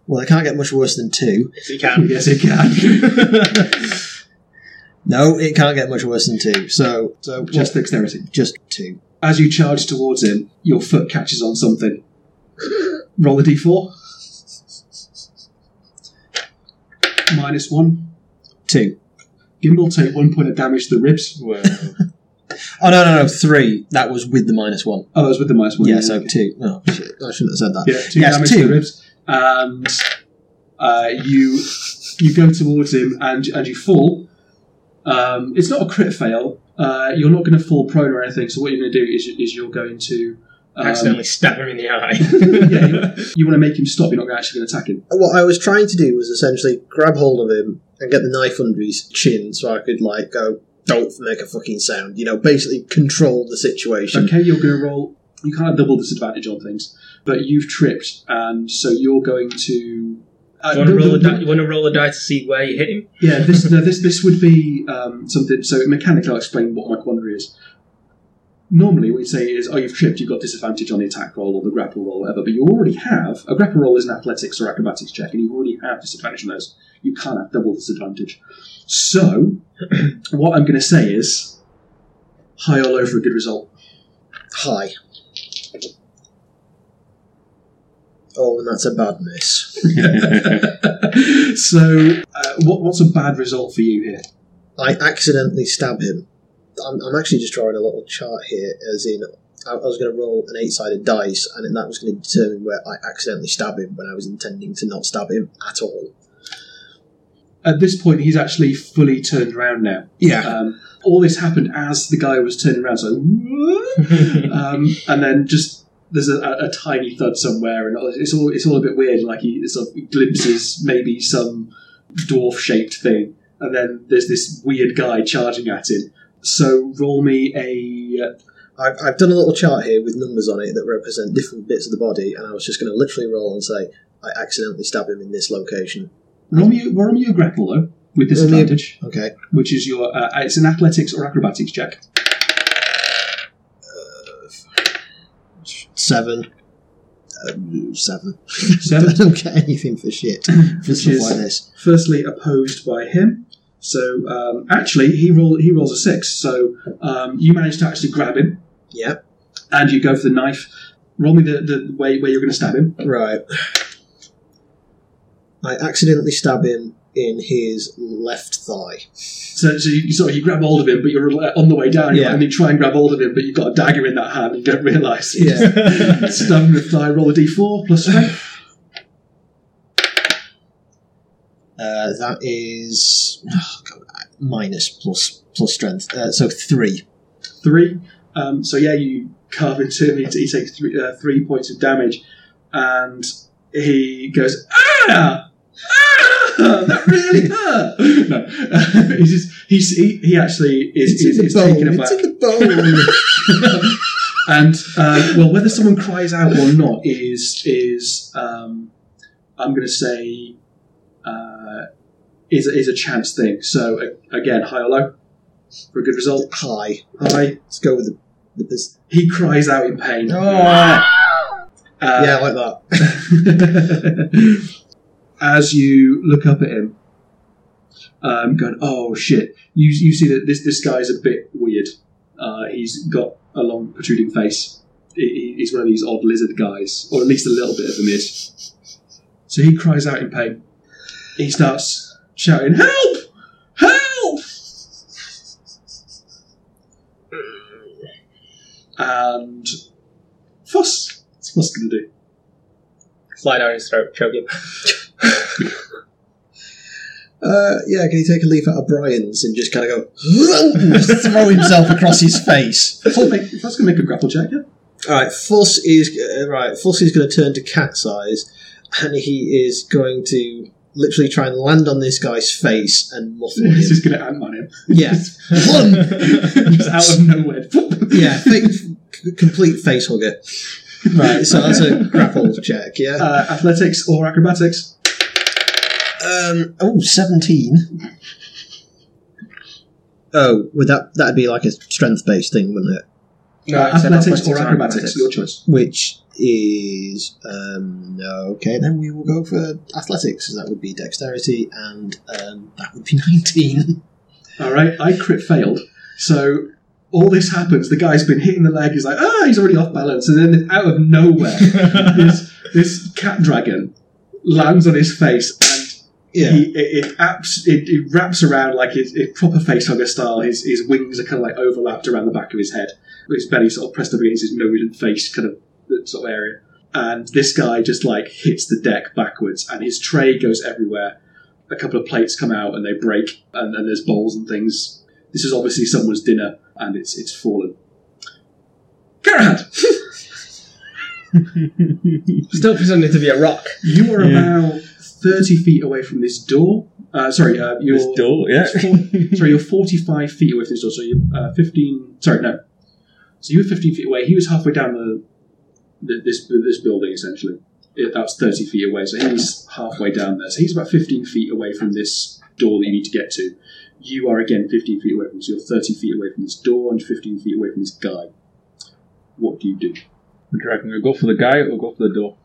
[SPEAKER 17] well, I can't get much worse than two.
[SPEAKER 11] Yes, it can. Yes, it can. *laughs*
[SPEAKER 17] No, it can't get much worse than two. So, so
[SPEAKER 11] Just dexterity.
[SPEAKER 17] Just two.
[SPEAKER 11] As you charge towards him, your foot catches on something. Roll a d4. Minus one.
[SPEAKER 17] Two.
[SPEAKER 11] Gimbal take one point of damage to the ribs.
[SPEAKER 17] *laughs* Oh no, no, no, three. That was with the minus one.
[SPEAKER 11] Oh, it was with the minus one.
[SPEAKER 17] Yeah,
[SPEAKER 11] yeah,
[SPEAKER 17] so
[SPEAKER 11] okay.
[SPEAKER 17] two. Oh, shit. I shouldn't have said that.
[SPEAKER 11] Yeah, two
[SPEAKER 17] yes,
[SPEAKER 11] damage
[SPEAKER 17] two.
[SPEAKER 11] to the ribs. And uh, you you go towards him and and you fall. Um, it's not a crit fail. Uh, you're not going to fall prone or anything. So what you're going to do is, is you're going to um,
[SPEAKER 10] Accidentally stab him in the eye.
[SPEAKER 11] *laughs* yeah, you, you want to make him stop. You're not actually going to attack him.
[SPEAKER 17] What I was trying to do was essentially grab hold of him and get the knife under his chin, so I could like go, "Don't make a fucking sound," you know, basically control the situation.
[SPEAKER 11] Okay, you're going to roll. You can't have double disadvantage on things, but you've tripped, and so you're going to. Uh,
[SPEAKER 10] you want to
[SPEAKER 11] the-
[SPEAKER 10] roll a
[SPEAKER 11] the-
[SPEAKER 10] di- you want to roll a die to see where you hit him?
[SPEAKER 11] Yeah, this no, this this would be um, something. So mechanically, I'll explain what my quandary is. Normally, what you say is, "Oh, you've tripped. You've got disadvantage on the attack roll or the grapple roll, or whatever." But you already have a grapple roll is an athletics or acrobatics check, and you already have disadvantage on those. You can't have double disadvantage. So, *clears throat* what I'm going to say is, high or low for a good result.
[SPEAKER 17] High. Oh, and that's a bad miss.
[SPEAKER 11] *laughs* so, uh, what, what's a bad result for you here?
[SPEAKER 17] I accidentally stab him. I'm, I'm actually just drawing a little chart here, as in I, I was going to roll an eight-sided dice, and that was going to determine where I accidentally stab him when I was intending to not stab him at all.
[SPEAKER 11] At this point, he's actually fully turned around now.
[SPEAKER 17] Yeah.
[SPEAKER 11] Um, all this happened as the guy was turning around, so *laughs* um, and then just there's a, a, a tiny thud somewhere, and all- it's all it's all a bit weird. Like he sort of glimpses maybe some dwarf-shaped thing, and then there's this weird guy charging at him. So roll me a.
[SPEAKER 17] I've, I've done a little chart here with numbers on it that represent different bits of the body, and I was just going to literally roll and say I accidentally stab him in this location.
[SPEAKER 11] Roll me, roll me a grapple though
[SPEAKER 17] Roll
[SPEAKER 11] with
[SPEAKER 17] me a-
[SPEAKER 11] disadvantage.
[SPEAKER 17] Okay,
[SPEAKER 11] which is your uh, it's an athletics or acrobatics check.
[SPEAKER 17] Uh, seven. Um, seven.
[SPEAKER 11] Seven.
[SPEAKER 17] I *laughs* don't get anything for shit for
[SPEAKER 11] Which
[SPEAKER 17] stuff
[SPEAKER 11] is
[SPEAKER 17] like this.
[SPEAKER 11] firstly opposed by him. So um, actually, he roll he rolls a six. So um, you manage to actually grab him,
[SPEAKER 17] Yeah.
[SPEAKER 11] and you go for the knife. Roll me the, the way where you're going to stab him.
[SPEAKER 17] Right. I accidentally stab him in his left thigh.
[SPEAKER 11] So, so you sort of you grab hold of him, but you're uh, on the way down,
[SPEAKER 17] Yeah.
[SPEAKER 11] and you try and grab hold of him, but you've got a dagger in that hand. and You don't realise. You
[SPEAKER 17] Yeah.
[SPEAKER 11] just stab him with thigh. Roll a d4 plus strength.
[SPEAKER 17] Uh, that is oh, God, minus plus plus strength. Uh, so three.
[SPEAKER 11] three. Um, so yeah, you carve into him. He, he takes three, uh, three points of damage, and he goes ah. "Ah, *laughs* That really hurt. *laughs* No, he's just, he's, he, he actually is, is, is taken aback. *laughs* and uh, well, whether someone cries out or not is is um, I'm going to say uh, is is a chance thing. So a- again, high or low. for a good result.
[SPEAKER 17] High.
[SPEAKER 11] High.
[SPEAKER 17] Let's go with the. with this.
[SPEAKER 11] He cries out in pain. Uh,
[SPEAKER 17] Oh. yeah, I like that.
[SPEAKER 11] *laughs* as you look up at him, um, going, "Oh shit!" You you see that this this guy's a bit weird. Uh, he's got a long protruding face. He- he- He's one of these odd lizard guys, or at least a little bit of him is. So he cries out in pain. He starts shouting, "Help! Help!" And fuss. What's fuss going to do?
[SPEAKER 15] Slide down his throat, choke him.
[SPEAKER 17] Uh, yeah, can he take a leaf out of Brian's and just kind of go, just throw himself across his face?
[SPEAKER 11] Fuss make- Fuss can make a grapple check. Yeah.
[SPEAKER 17] All right, Fuss is uh, right. Fuss is going to turn to Cat's Eyes, and he is going to literally try and land on this guy's face and muffle him.
[SPEAKER 11] *laughs* He's just going to ant on him.
[SPEAKER 17] Yeah,
[SPEAKER 11] *laughs* Just out of nowhere.
[SPEAKER 17] yeah, big, c- complete face hugger. Right, so that's a grapple check. Yeah.
[SPEAKER 11] Uh, athletics or acrobatics?
[SPEAKER 17] Um, oh, 17. Oh, would that that'd be like a strength based thing, wouldn't it?
[SPEAKER 11] No, Uh, it's athletics athletics or or acrobatics, acrobatics. your choice.
[SPEAKER 17] Which is um, okay. Then we will go for athletics. So that would be dexterity, and um, that would be nineteen.
[SPEAKER 11] All right, I crit failed. So all this happens. The guy's been hitting the leg. He's like, ah, he's already off balance. And then out of nowhere, this this cat dragon lands on his face and. He, it, it, abs- it, it wraps around like his, his proper face hugger style. His, his wings are kind of like overlapped around the back of his head, with his belly sort of pressed up against his nose and face kind of that sort of area. And this guy just like hits the deck backwards, and his tray goes everywhere a couple of plates come out and they break, and, and there's bowls and things. This is obviously someone's dinner, and it's it's fallen. Garand,
[SPEAKER 15] Still pretending to be a rock.
[SPEAKER 11] you are about thirty feet away from this door. Uh, sorry, uh, you're
[SPEAKER 15] This door, yeah.
[SPEAKER 11] it's four- sorry, you're forty-five feet away from this door. So you're uh, fifteen. Sorry, no. So you were fifteen feet away. He was halfway down the, the this this building essentially. It, that was thirty feet away. So he's halfway down there. So he's about fifteen feet away from this door that you need to get to. You are again fifteen feet away from. So you're thirty feet away from this door and fifteen feet away from this guy. What do you do?
[SPEAKER 18] Do you reckon we go for the guy or go for the door?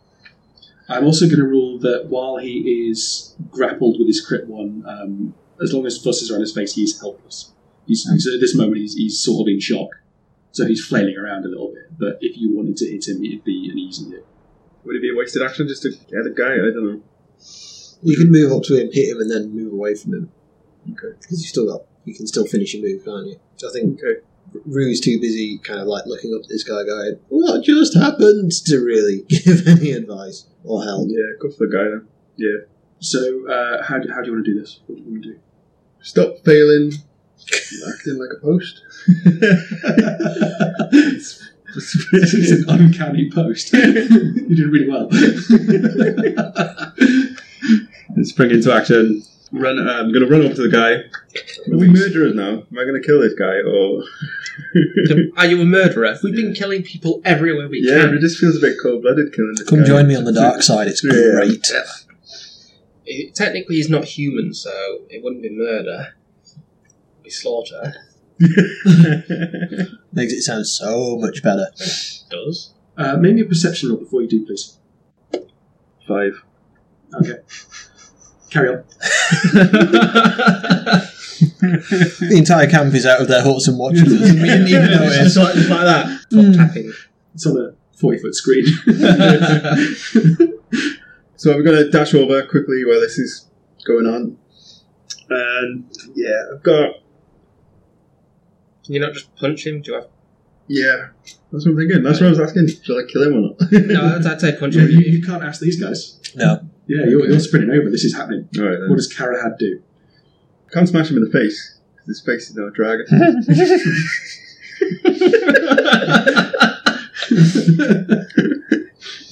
[SPEAKER 11] I'm also going to rule that while he is grappled with his crit one, um, as long as Fuss is around his face, he's helpless. He's, he's- at this moment, he's, he's sort of in shock, so he's flailing around a little bit. But if you wanted to hit him, it'd be an easy hit.
[SPEAKER 18] Would it be a wasted action just to get the guy? I don't know.
[SPEAKER 17] You can move up to him, hit him, and then move away from him. Okay. Because you still got, you can still finish your move, can't you? So I think
[SPEAKER 18] Okay.
[SPEAKER 17] Rue's too busy, kind of like looking up at this guy, going, "What just happened?" to really *laughs* give any advice or help.
[SPEAKER 18] Yeah, go for the guy then. Yeah.
[SPEAKER 11] So, uh, how, do, how do you want to do this? What do you want to do?
[SPEAKER 6] Stop failing, acting like a *laughs* post.
[SPEAKER 11] This is an uncanny post. *laughs* you did
[SPEAKER 6] *laughs*
[SPEAKER 11] really well.
[SPEAKER 18] Spring into action. Run. Uh, I'm going to run over to the guy. Are we murderers now? Am I going to kill this guy or?
[SPEAKER 15] Are you a murderer? We've been killing people everywhere we
[SPEAKER 18] yeah,
[SPEAKER 15] can.
[SPEAKER 18] it just feels a bit cold-blooded killing this
[SPEAKER 17] Come
[SPEAKER 18] guy.
[SPEAKER 17] join me on the dark side. It's
[SPEAKER 18] Yeah.
[SPEAKER 17] great.
[SPEAKER 15] It- technically, he's not human, so it wouldn't be murder. It'd be slaughter.
[SPEAKER 17] Makes it sound so much better.
[SPEAKER 15] does.
[SPEAKER 11] Uh, make me a perception roll before you do, please.
[SPEAKER 18] Five.
[SPEAKER 11] Okay. *laughs* Carry on.
[SPEAKER 17] The entire camp is out of their huts and
[SPEAKER 11] *laughs*
[SPEAKER 17] watching us. and We didn't even notice.
[SPEAKER 15] like, just like that. Tapping.
[SPEAKER 11] It's on a 40 foot screen.
[SPEAKER 18] *laughs* So we're going to dash over quickly while this is going on. And yeah, I've got
[SPEAKER 15] Can you not just punch him? Do you have?
[SPEAKER 18] yeah. That's what I'm thinking. That's what I was asking. Shall I kill him or not?
[SPEAKER 15] No, I'd, I'd
[SPEAKER 11] *laughs*
[SPEAKER 15] say punch
[SPEAKER 11] you,
[SPEAKER 15] him.
[SPEAKER 11] you, you can't ask these guys.
[SPEAKER 17] No.
[SPEAKER 11] Yeah, you're, you're sprinting over. This is happening.
[SPEAKER 18] All right. Then.
[SPEAKER 11] What does Karahad do?
[SPEAKER 18] Can't smash him in the face. 'cause His face is now a dragon.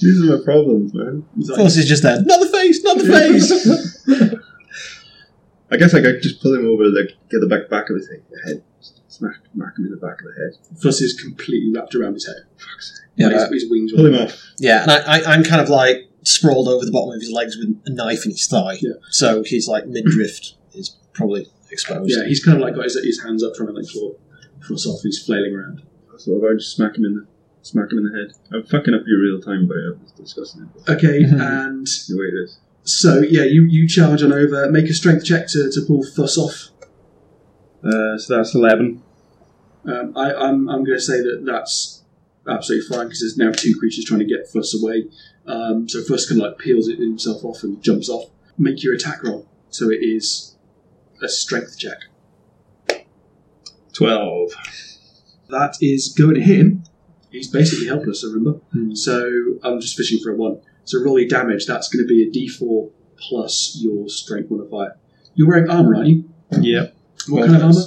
[SPEAKER 18] These are my problems, man.
[SPEAKER 11] He's like,
[SPEAKER 17] Force is just there. Not the face,
[SPEAKER 11] *laughs*
[SPEAKER 17] not the face.
[SPEAKER 18] I guess I could just pull him over, like get the back back of his head, the head, smack, smack him in the back of the head.
[SPEAKER 11] Fuss is completely wrapped around his head.
[SPEAKER 17] yeah,
[SPEAKER 11] Like,
[SPEAKER 17] but-
[SPEAKER 11] his, his wings
[SPEAKER 18] Pull
[SPEAKER 11] are
[SPEAKER 18] him off.
[SPEAKER 17] yeah, and I, I, I'm kind of like sprawled over the bottom of his legs with a knife in his thigh.
[SPEAKER 11] Yeah.
[SPEAKER 17] So he's like mid drift is probably exposed.
[SPEAKER 11] Yeah, he's kind of like got his, his hands up trying to like claw, cross off. He's flailing around.
[SPEAKER 19] So if I just smack him in the smack him in the head, I'm fucking up your real time, but it's disgusting.
[SPEAKER 11] Okay, and
[SPEAKER 19] the way it is.
[SPEAKER 11] so yeah, you, you charge on over. Make a strength check to, to pull Fuss off.
[SPEAKER 19] Uh, so that's eleven.
[SPEAKER 11] Um, I, I'm I'm going to say that that's absolutely fine because there's now two creatures trying to get Fuss away. Um, so Fuss kind of like peels it himself off and jumps off. Make your attack roll. So it is a strength check.
[SPEAKER 19] Twelve.
[SPEAKER 11] That is going to hit him. He's basically helpless, I remember. So I'm just fishing for a one. So roll your damage. That's going to be a d4 plus your strength modifier. You're wearing armor, aren't you?
[SPEAKER 19] Yep.
[SPEAKER 11] What kind of armor?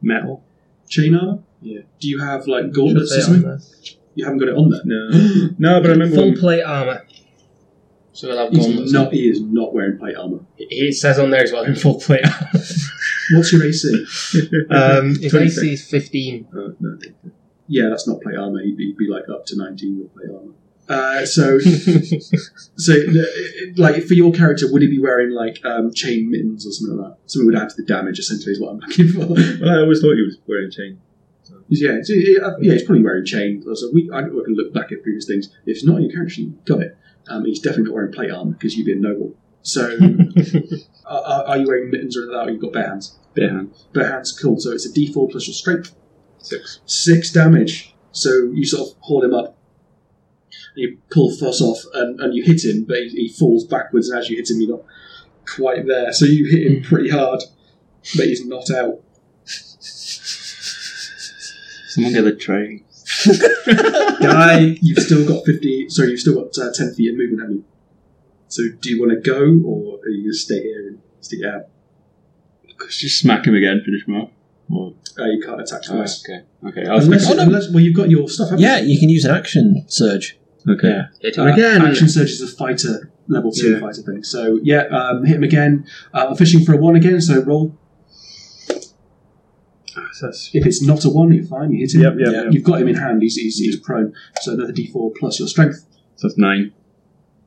[SPEAKER 19] Metal.
[SPEAKER 11] Chain armor?
[SPEAKER 19] Yeah.
[SPEAKER 11] Do you have like gauntlets or
[SPEAKER 15] Should say on
[SPEAKER 11] something? You haven't got it on there. *gasps*
[SPEAKER 19] No. no, but I remember.
[SPEAKER 15] Full
[SPEAKER 19] when-
[SPEAKER 15] plate armour. So we'll have gauntlets.
[SPEAKER 11] He's not, he is not wearing plate armor.
[SPEAKER 15] It says on there as well in full plate armour.
[SPEAKER 11] *laughs* What's your AC?
[SPEAKER 15] Um, his
[SPEAKER 11] 26.
[SPEAKER 15] AC is 15.
[SPEAKER 19] Uh, no.
[SPEAKER 11] Oh, Yeah, that's not plate armor. He'd be, he'd be like up to 19 with plate armor. Uh, so, so the- like for your character, would he be wearing like um, chain mittens or something like that? So it would add to the damage. Essentially, is what I'm looking for.
[SPEAKER 19] *laughs* Well, I always thought he was wearing chain.
[SPEAKER 11] Yeah, so, uh, yeah, he's probably wearing chain. So we, I, I can look back at previous things. If it's not on your character, sheet, got it. Um, he's definitely not wearing plate armor because you've been noble. So,
[SPEAKER 19] *laughs*
[SPEAKER 11] are, are- are you wearing mittens or anything like that? Or you've got bare hands?
[SPEAKER 19] Bare hands.
[SPEAKER 11] Bare hands, cool. So it's a D4 plus your strength.
[SPEAKER 19] Six.
[SPEAKER 11] Six damage. So you sort of haul him up. And you pull Fuss off and, and you hit him, but he, he falls backwards. And as you hit him, you're not quite there. So you hit him pretty hard, but he's not out.
[SPEAKER 19] Someone get the train.
[SPEAKER 11] *laughs* Guy, you've still got fifty. Sorry, you've still got uh, ten feet of movement, haven't you? So, do you want to go, or are you going to stay here and stick it out?
[SPEAKER 19] Just smack him again. Finish him off. Or,
[SPEAKER 11] Uh, you can't attack twice.
[SPEAKER 19] okay. Okay. I'll
[SPEAKER 11] Unless,
[SPEAKER 19] stick-
[SPEAKER 11] unless, well, you've got your stuff. Haven't
[SPEAKER 14] Yeah, you can use an action surge.
[SPEAKER 19] Okay.
[SPEAKER 14] Yeah.
[SPEAKER 11] you?
[SPEAKER 7] uh,
[SPEAKER 11] And again,
[SPEAKER 14] And-
[SPEAKER 11] action surge is a fighter level two
[SPEAKER 19] Yeah.
[SPEAKER 11] fighter thing. So, yeah, um, hit him again. Uh, I'm fishing for a one again. So roll.
[SPEAKER 19] Ah, So that's-
[SPEAKER 11] If it's not a one, you're fine. You hit him.
[SPEAKER 19] Yep, yep, yep.
[SPEAKER 11] You've got him in hand. He's he's, he's prone. So another D4 plus your strength.
[SPEAKER 19] so that's nine.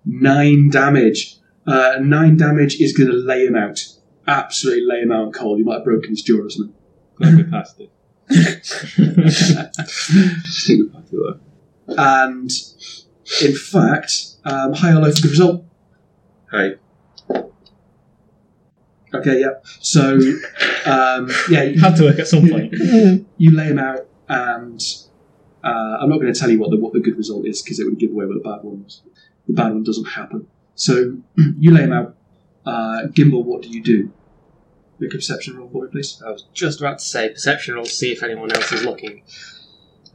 [SPEAKER 11] Nine damage. Uh, nine damage is going to lay him out. Absolutely lay him out cold. He might have broken his jaw or something.
[SPEAKER 19] Glad we passed it.
[SPEAKER 11] *laughs* And in fact, um, high or low for the result.
[SPEAKER 19] Hi.
[SPEAKER 11] Okay, yeah. So, um,
[SPEAKER 19] *laughs*
[SPEAKER 11] yeah, you,
[SPEAKER 7] Had to work at some point.
[SPEAKER 11] you lay him out, and uh, I'm not going to tell you what the what the good result is because it would give away what the bad one was. The bad one doesn't happen. So *clears throat* you lay him out. Uh, Gimbal, what do you do? Make a perception roll for me, please.
[SPEAKER 15] I was just about to say perception roll, see if anyone else is looking.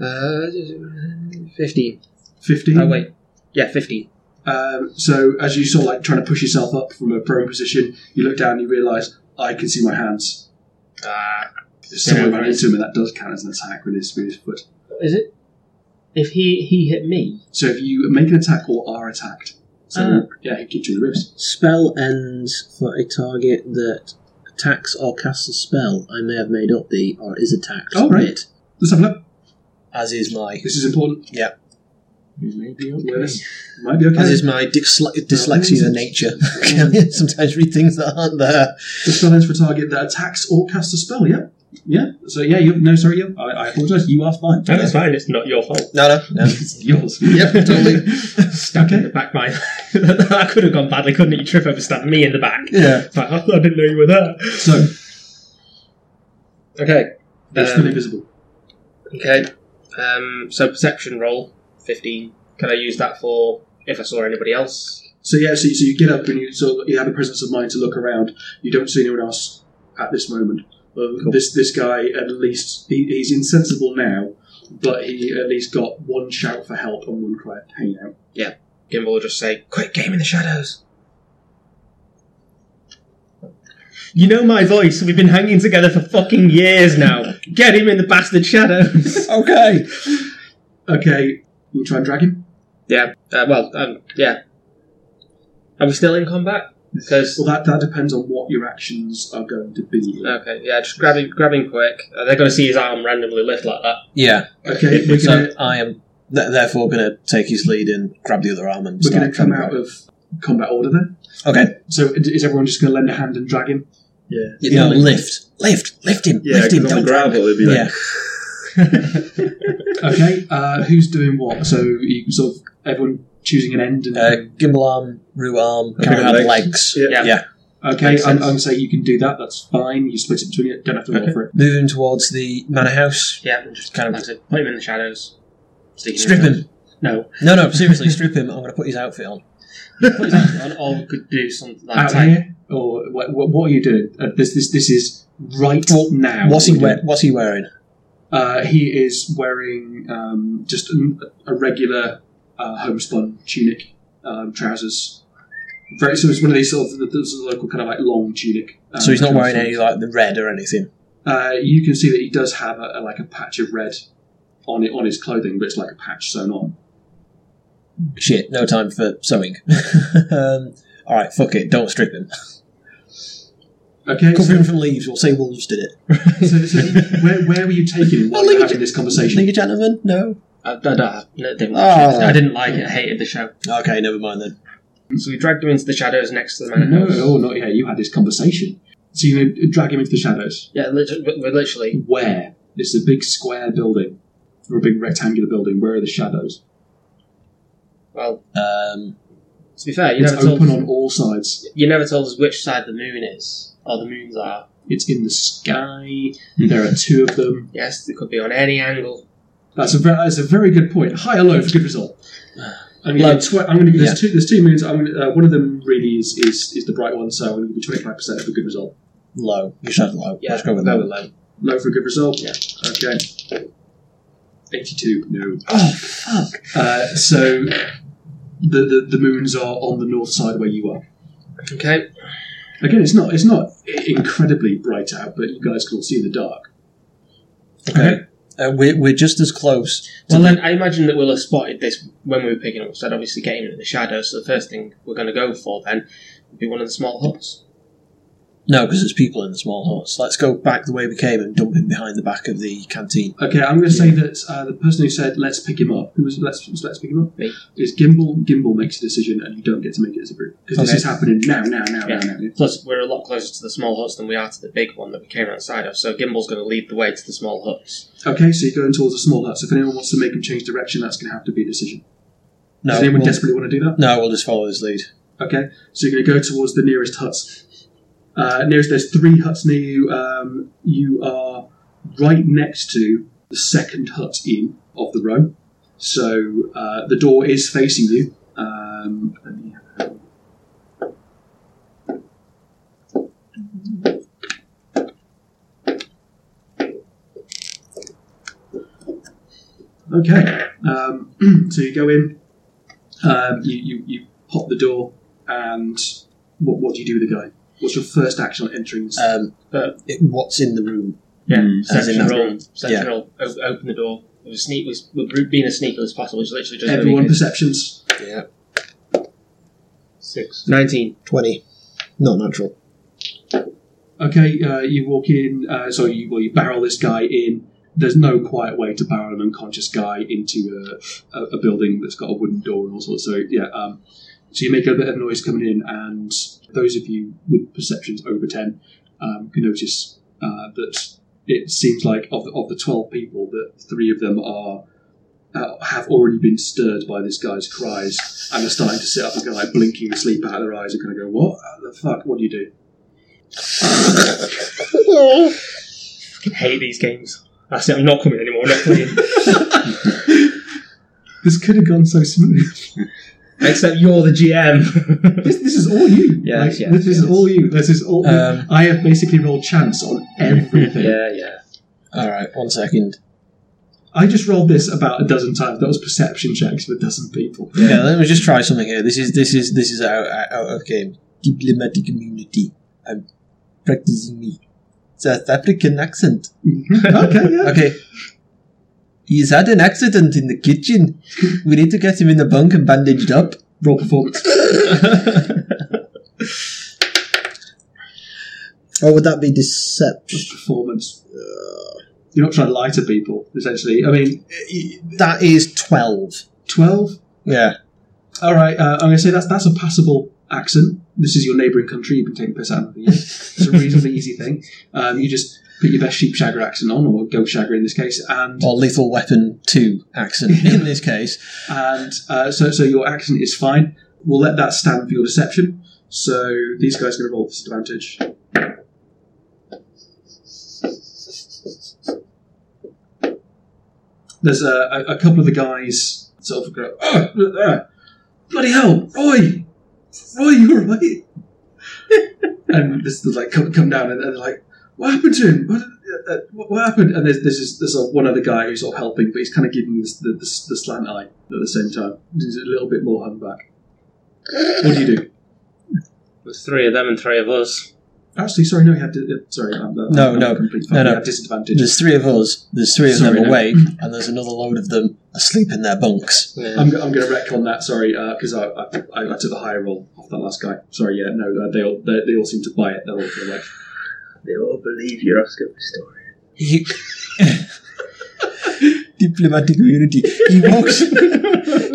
[SPEAKER 15] Uh, 15.
[SPEAKER 11] 15.
[SPEAKER 15] Oh, wait. Yeah, 15.
[SPEAKER 11] Um, so as you sort of like trying to push yourself up from a prone position, you look down and you realise I can see my hands.
[SPEAKER 15] Ah.
[SPEAKER 11] Someone
[SPEAKER 15] Yeah,
[SPEAKER 11] ran into him, and that does count as an attack with his, with his foot.
[SPEAKER 15] Is it? If he, he hit me,
[SPEAKER 11] So if you make an attack or are attacked, so
[SPEAKER 14] Ah.
[SPEAKER 11] yeah, he kicks you in the ribs.
[SPEAKER 14] Spell ends for a target that attacks or casts a spell. I may have made up the or is attacked.
[SPEAKER 11] Oh, right.
[SPEAKER 14] bit,
[SPEAKER 11] Let's have a look.
[SPEAKER 14] As is my.
[SPEAKER 11] This is important.
[SPEAKER 14] Yeah.
[SPEAKER 19] Maybe
[SPEAKER 11] Awareness might be okay.
[SPEAKER 14] As is my dysle-
[SPEAKER 7] *laughs*
[SPEAKER 14] dyslexia nature. Can sometimes read things that aren't there.
[SPEAKER 11] The spell ends for a target that attacks or casts a spell. Yeah, yeah. So yeah, you no, sorry, you. I, I apologise. You are fine.
[SPEAKER 7] That is fine, it's not your fault.
[SPEAKER 14] No, no, no.
[SPEAKER 11] *laughs* It's yours.
[SPEAKER 14] yep,
[SPEAKER 11] *laughs*
[SPEAKER 14] totally.
[SPEAKER 7] Stabbed in the back, *laughs* mine. that could have gone badly, couldn't it? You trip over, stab me in the back. *laughs*
[SPEAKER 14] Yeah.
[SPEAKER 7] It's like, oh, I didn't know you were there.
[SPEAKER 11] So
[SPEAKER 15] Okay.
[SPEAKER 11] it's still
[SPEAKER 15] Um,
[SPEAKER 11] invisible.
[SPEAKER 15] okay. Um, so perception roll, 15. Can I use that for if I saw anybody else?
[SPEAKER 11] So yeah, so, so you get up and you sort of, you have a presence of mind to look around. You don't see anyone else at this moment. Um, This this guy at least he, he's insensible now, but he at least got one shout for help and one cry of pain
[SPEAKER 15] *laughs*
[SPEAKER 11] out.
[SPEAKER 15] Gimbal will just say, quick game in the shadows.
[SPEAKER 7] You know my voice. We've been hanging together for fucking years now. Get him in the bastard shadows.
[SPEAKER 14] okay.
[SPEAKER 11] Okay, you try and drag him.
[SPEAKER 15] *laughs* Yeah. Uh, well, um, yeah. Are we still in combat? Because
[SPEAKER 11] Well, that that depends on what your actions are going to be.
[SPEAKER 15] okay, yeah, just grab him, grab him quick. Uh, they're going to see his arm randomly lift like that.
[SPEAKER 14] Yeah.
[SPEAKER 11] Okay, we're
[SPEAKER 14] So
[SPEAKER 11] gonna
[SPEAKER 14] I am th- therefore going to take his lead and grab the other arm and
[SPEAKER 11] we're
[SPEAKER 14] start
[SPEAKER 11] gonna come
[SPEAKER 14] trying
[SPEAKER 11] out of combat order then.
[SPEAKER 14] to- Okay.
[SPEAKER 11] So is everyone just gonna lend a hand and drag him? Yeah.
[SPEAKER 14] You know, lift, lift, lift him,
[SPEAKER 11] Yeah,
[SPEAKER 14] lift him.
[SPEAKER 11] 'cause on
[SPEAKER 14] Don't
[SPEAKER 11] the gravel,
[SPEAKER 14] drag
[SPEAKER 11] it'd
[SPEAKER 14] him.
[SPEAKER 11] be like-
[SPEAKER 14] yeah.
[SPEAKER 11] okay, uh, who's doing what? So you sort of everyone choosing an end. And
[SPEAKER 14] Uh, gimble arm, root arm,
[SPEAKER 11] Okay,
[SPEAKER 14] can have legs.
[SPEAKER 11] Yeah.
[SPEAKER 14] Yeah.
[SPEAKER 11] Okay,
[SPEAKER 14] Makes
[SPEAKER 11] I'm,
[SPEAKER 14] sense.
[SPEAKER 11] I'm saying you can do that. That's fine. You split it between you. Don't have to roll for it.
[SPEAKER 14] Move him towards the manor house.
[SPEAKER 15] Yeah, and just
[SPEAKER 14] kind
[SPEAKER 15] like I
[SPEAKER 14] of
[SPEAKER 15] said, put him in the shadows. Stick in
[SPEAKER 14] strip
[SPEAKER 15] the
[SPEAKER 14] him.
[SPEAKER 15] No.
[SPEAKER 14] No, no, seriously, strip him. I'm going to put his outfit on.
[SPEAKER 15] shadows. Put his outfit on, or we could do something like
[SPEAKER 11] Out
[SPEAKER 15] that.
[SPEAKER 11] here, or what, what, what are you doing? Uh, this, this, this is right now.
[SPEAKER 14] What's he
[SPEAKER 11] We're
[SPEAKER 14] wear-
[SPEAKER 11] doing-
[SPEAKER 14] What's he wearing?
[SPEAKER 11] Uh, he is wearing um, just an, a regular uh, homespun tunic, um, trousers. Very, so it's one of these sort of the, the local kind of like long tunic. um,
[SPEAKER 14] so he's not wearing
[SPEAKER 11] trousers.
[SPEAKER 14] any like the red or anything.
[SPEAKER 11] Uh, you can see that he does have a, a- like a patch of red on it on his clothing, but it's like a patch sewn on.
[SPEAKER 14] Shit, no time for sewing. um, all right, fuck it. Don't strip him.
[SPEAKER 11] Okay,
[SPEAKER 14] cover him from leaves. We'll say wolves did it.
[SPEAKER 11] *laughs* so, so where, where were you taking him while you were having this conversation?
[SPEAKER 14] League of Gentlemen? No.
[SPEAKER 15] I, I, don't- I didn't like
[SPEAKER 14] Oh.
[SPEAKER 15] it. I didn't like it. I hated the show.
[SPEAKER 14] Okay, never mind then.
[SPEAKER 15] So we dragged him into the shadows next to the manor
[SPEAKER 11] No,
[SPEAKER 15] house.
[SPEAKER 11] oh, not yet. You had this conversation. So you're going to drag him into the shadows.
[SPEAKER 15] Yeah, literally, we're literally.
[SPEAKER 11] Where? This is a big square building or a big rectangular building. Where are the shadows?
[SPEAKER 15] Well,
[SPEAKER 14] Um,
[SPEAKER 15] to be fair, you
[SPEAKER 11] it's
[SPEAKER 15] never told
[SPEAKER 11] open
[SPEAKER 15] us,
[SPEAKER 11] on all sides.
[SPEAKER 15] you never told us which side the moon is or the moons are.
[SPEAKER 11] It's in the sky. There are two of them.
[SPEAKER 15] Yes, it could be on any angle.
[SPEAKER 11] That's a, ver- that's a very good point. High or low for good result. I'm
[SPEAKER 15] Low.
[SPEAKER 11] going to. Tw- I'm going to. There's
[SPEAKER 14] Yeah.
[SPEAKER 11] two. There's two moons. I'm gonna, uh, one of them really is, is is the bright one. So I'm going to be twenty five percent for good result.
[SPEAKER 14] Low. You said low.
[SPEAKER 15] Yeah,
[SPEAKER 14] Let's go with
[SPEAKER 15] that
[SPEAKER 14] low.
[SPEAKER 15] would low.
[SPEAKER 11] Low for good result.
[SPEAKER 15] Yeah.
[SPEAKER 11] Okay. Eighty-two. No.
[SPEAKER 14] Oh fuck!
[SPEAKER 11] Uh, so the, the the moons are on the north side where you are.
[SPEAKER 15] Okay.
[SPEAKER 11] Again, it's not it's not i- incredibly bright out, but you guys can all see in the dark.
[SPEAKER 14] Okay. Uh, we're, we're just as close.
[SPEAKER 15] Well, then I imagine that we'll have spotted this when we were picking up. So I'd obviously get him in the shadows. So the first thing we're going to go for then would be one of the small huts.
[SPEAKER 14] No, because there's people in the small huts. Let's go back the way we came and dump him behind the back of the canteen.
[SPEAKER 11] Okay, I'm going to say that uh, the person who said let's pick him up, who was let's was let's pick him up,
[SPEAKER 15] Me.
[SPEAKER 11] is Gimbal. Gimbal makes a decision, and you don't get to make it as a group because this
[SPEAKER 14] Okay.
[SPEAKER 11] is happening now, now, now,
[SPEAKER 15] Yeah.
[SPEAKER 11] now, now.
[SPEAKER 15] Plus, we're a lot closer to the small huts than we are to the big one that we came outside of. So Gimbal's going to lead the way to the small huts.
[SPEAKER 11] Okay, so you're going towards a small hut. So if anyone wants to make him change direction, that's going to have to be a decision.
[SPEAKER 14] No,
[SPEAKER 11] Does anyone
[SPEAKER 14] we'll-
[SPEAKER 11] desperately want to do that?
[SPEAKER 14] No, we'll just follow his lead.
[SPEAKER 11] Okay, so you're going to go towards the nearest huts. Uh, nearest, there's three huts near you. Um, you are right next to the second hut in of the row. So uh, the door is facing you. Um, let me have a- Okay, um, *clears throat* so you go in. Um, you, you, you pop the door, and what, what do you do with the guy? What's your first action on entering? This?
[SPEAKER 14] Um,
[SPEAKER 15] But
[SPEAKER 14] it- what's in the room?
[SPEAKER 15] yeah,
[SPEAKER 1] Mm.
[SPEAKER 14] As in
[SPEAKER 15] section
[SPEAKER 14] that
[SPEAKER 15] roll,
[SPEAKER 14] room.
[SPEAKER 15] section
[SPEAKER 14] Yeah.
[SPEAKER 15] roll, o- open the door. It was sneak, was, we're being as sneaky as possible, which literally just
[SPEAKER 11] Everyone perceptions.
[SPEAKER 14] Yeah.
[SPEAKER 15] six, nineteen.
[SPEAKER 14] 20. Not natural.
[SPEAKER 11] Okay, uh, you walk in. Uh, so you well, you barrel this guy in. There's no quiet way to barrel an unconscious guy into a, a, a building that's got a wooden door and all sorts. So yeah, um, so you make a bit of noise coming in, and those of you with perceptions over ten um, can notice uh, that it seems like of the, of the twelve people, that three of them are. Uh, have already been stirred by this guy's cries and are starting to sit up and kind of like blinking the sleep out of their eyes and kind of go, "What the fuck? What do you do?"
[SPEAKER 15] I hate these games. I said I'm not coming anymore. I'm not playing.
[SPEAKER 11] This could have gone so smooth.
[SPEAKER 14] Except you're
[SPEAKER 1] *laughs*
[SPEAKER 14] the GM.
[SPEAKER 11] This, this is all you.
[SPEAKER 14] Yes,
[SPEAKER 11] Like,
[SPEAKER 14] yes,
[SPEAKER 11] this is
[SPEAKER 14] yes.
[SPEAKER 11] all you. This is all.
[SPEAKER 14] Um,
[SPEAKER 11] I have basically rolled chance on everything.
[SPEAKER 14] yeah. All right, one second.
[SPEAKER 11] I just rolled this about a dozen times. That was perception checks for a dozen people.
[SPEAKER 14] Yeah. let me just try something here. This is this is this is out, out, out of game. Diplomatic immunity. I'm practicing me South African accent.
[SPEAKER 11] Mm-hmm. okay, yeah.
[SPEAKER 14] *laughs* Okay. He's had an accident in the kitchen. We need to get him in the bunk and bandaged up.
[SPEAKER 11] Roll performance.
[SPEAKER 14] Or would that be deception?
[SPEAKER 11] Just performance. You're not trying to lie to people, essentially. I mean,
[SPEAKER 14] That is 12.
[SPEAKER 11] twelve.
[SPEAKER 14] Yeah.
[SPEAKER 11] All right. Uh, I'm going to say that's that's a passable
[SPEAKER 1] accent. This is your neighbouring country. You can take the piss out of them. yeah. It's a reasonably easy thing. Um, you just put your best sheep shagger accent on, or goat shagger in this case, and
[SPEAKER 11] Or Lethal Weapon 2
[SPEAKER 1] *laughs*
[SPEAKER 11] accent in this case.
[SPEAKER 1] and uh, so so your accent is fine. We'll let that stand for your deception. So these guys are going to roll disadvantage. There's a, a, a couple of the guys sort of go, oh, uh, bloody hell, Roy, Roy, you're right. *laughs* and this is like come, come down and, and they're like, what happened to him? What, uh, uh, what, what happened? And there's there's, this, there's a, one other guy who's sort of helping, but he's kind of giving you this, the, the, the slant eye at the same time. He's a little bit more hung back. What do you do?
[SPEAKER 15] There's three of them and three of us.
[SPEAKER 1] Actually, sorry, no, he had. Di- uh, sorry, I'm, I'm,
[SPEAKER 11] No,
[SPEAKER 1] I'm
[SPEAKER 11] no,
[SPEAKER 1] complete
[SPEAKER 11] no,
[SPEAKER 1] He
[SPEAKER 11] no.
[SPEAKER 1] had disadvantage.
[SPEAKER 11] There's three of us. There's three of
[SPEAKER 1] Sorry,
[SPEAKER 11] them
[SPEAKER 1] no.
[SPEAKER 11] awake, and there's another load of them asleep in their bunks.
[SPEAKER 1] I'm, go- I'm going to wreck on that. Sorry, because I, I, I took the higher roll off that last guy. Sorry, yeah, no, uh, they all they, they all seem to buy it. They're all they're like,
[SPEAKER 11] They all believe your Oscar story. *laughs* Diplomatic immunity. He walks.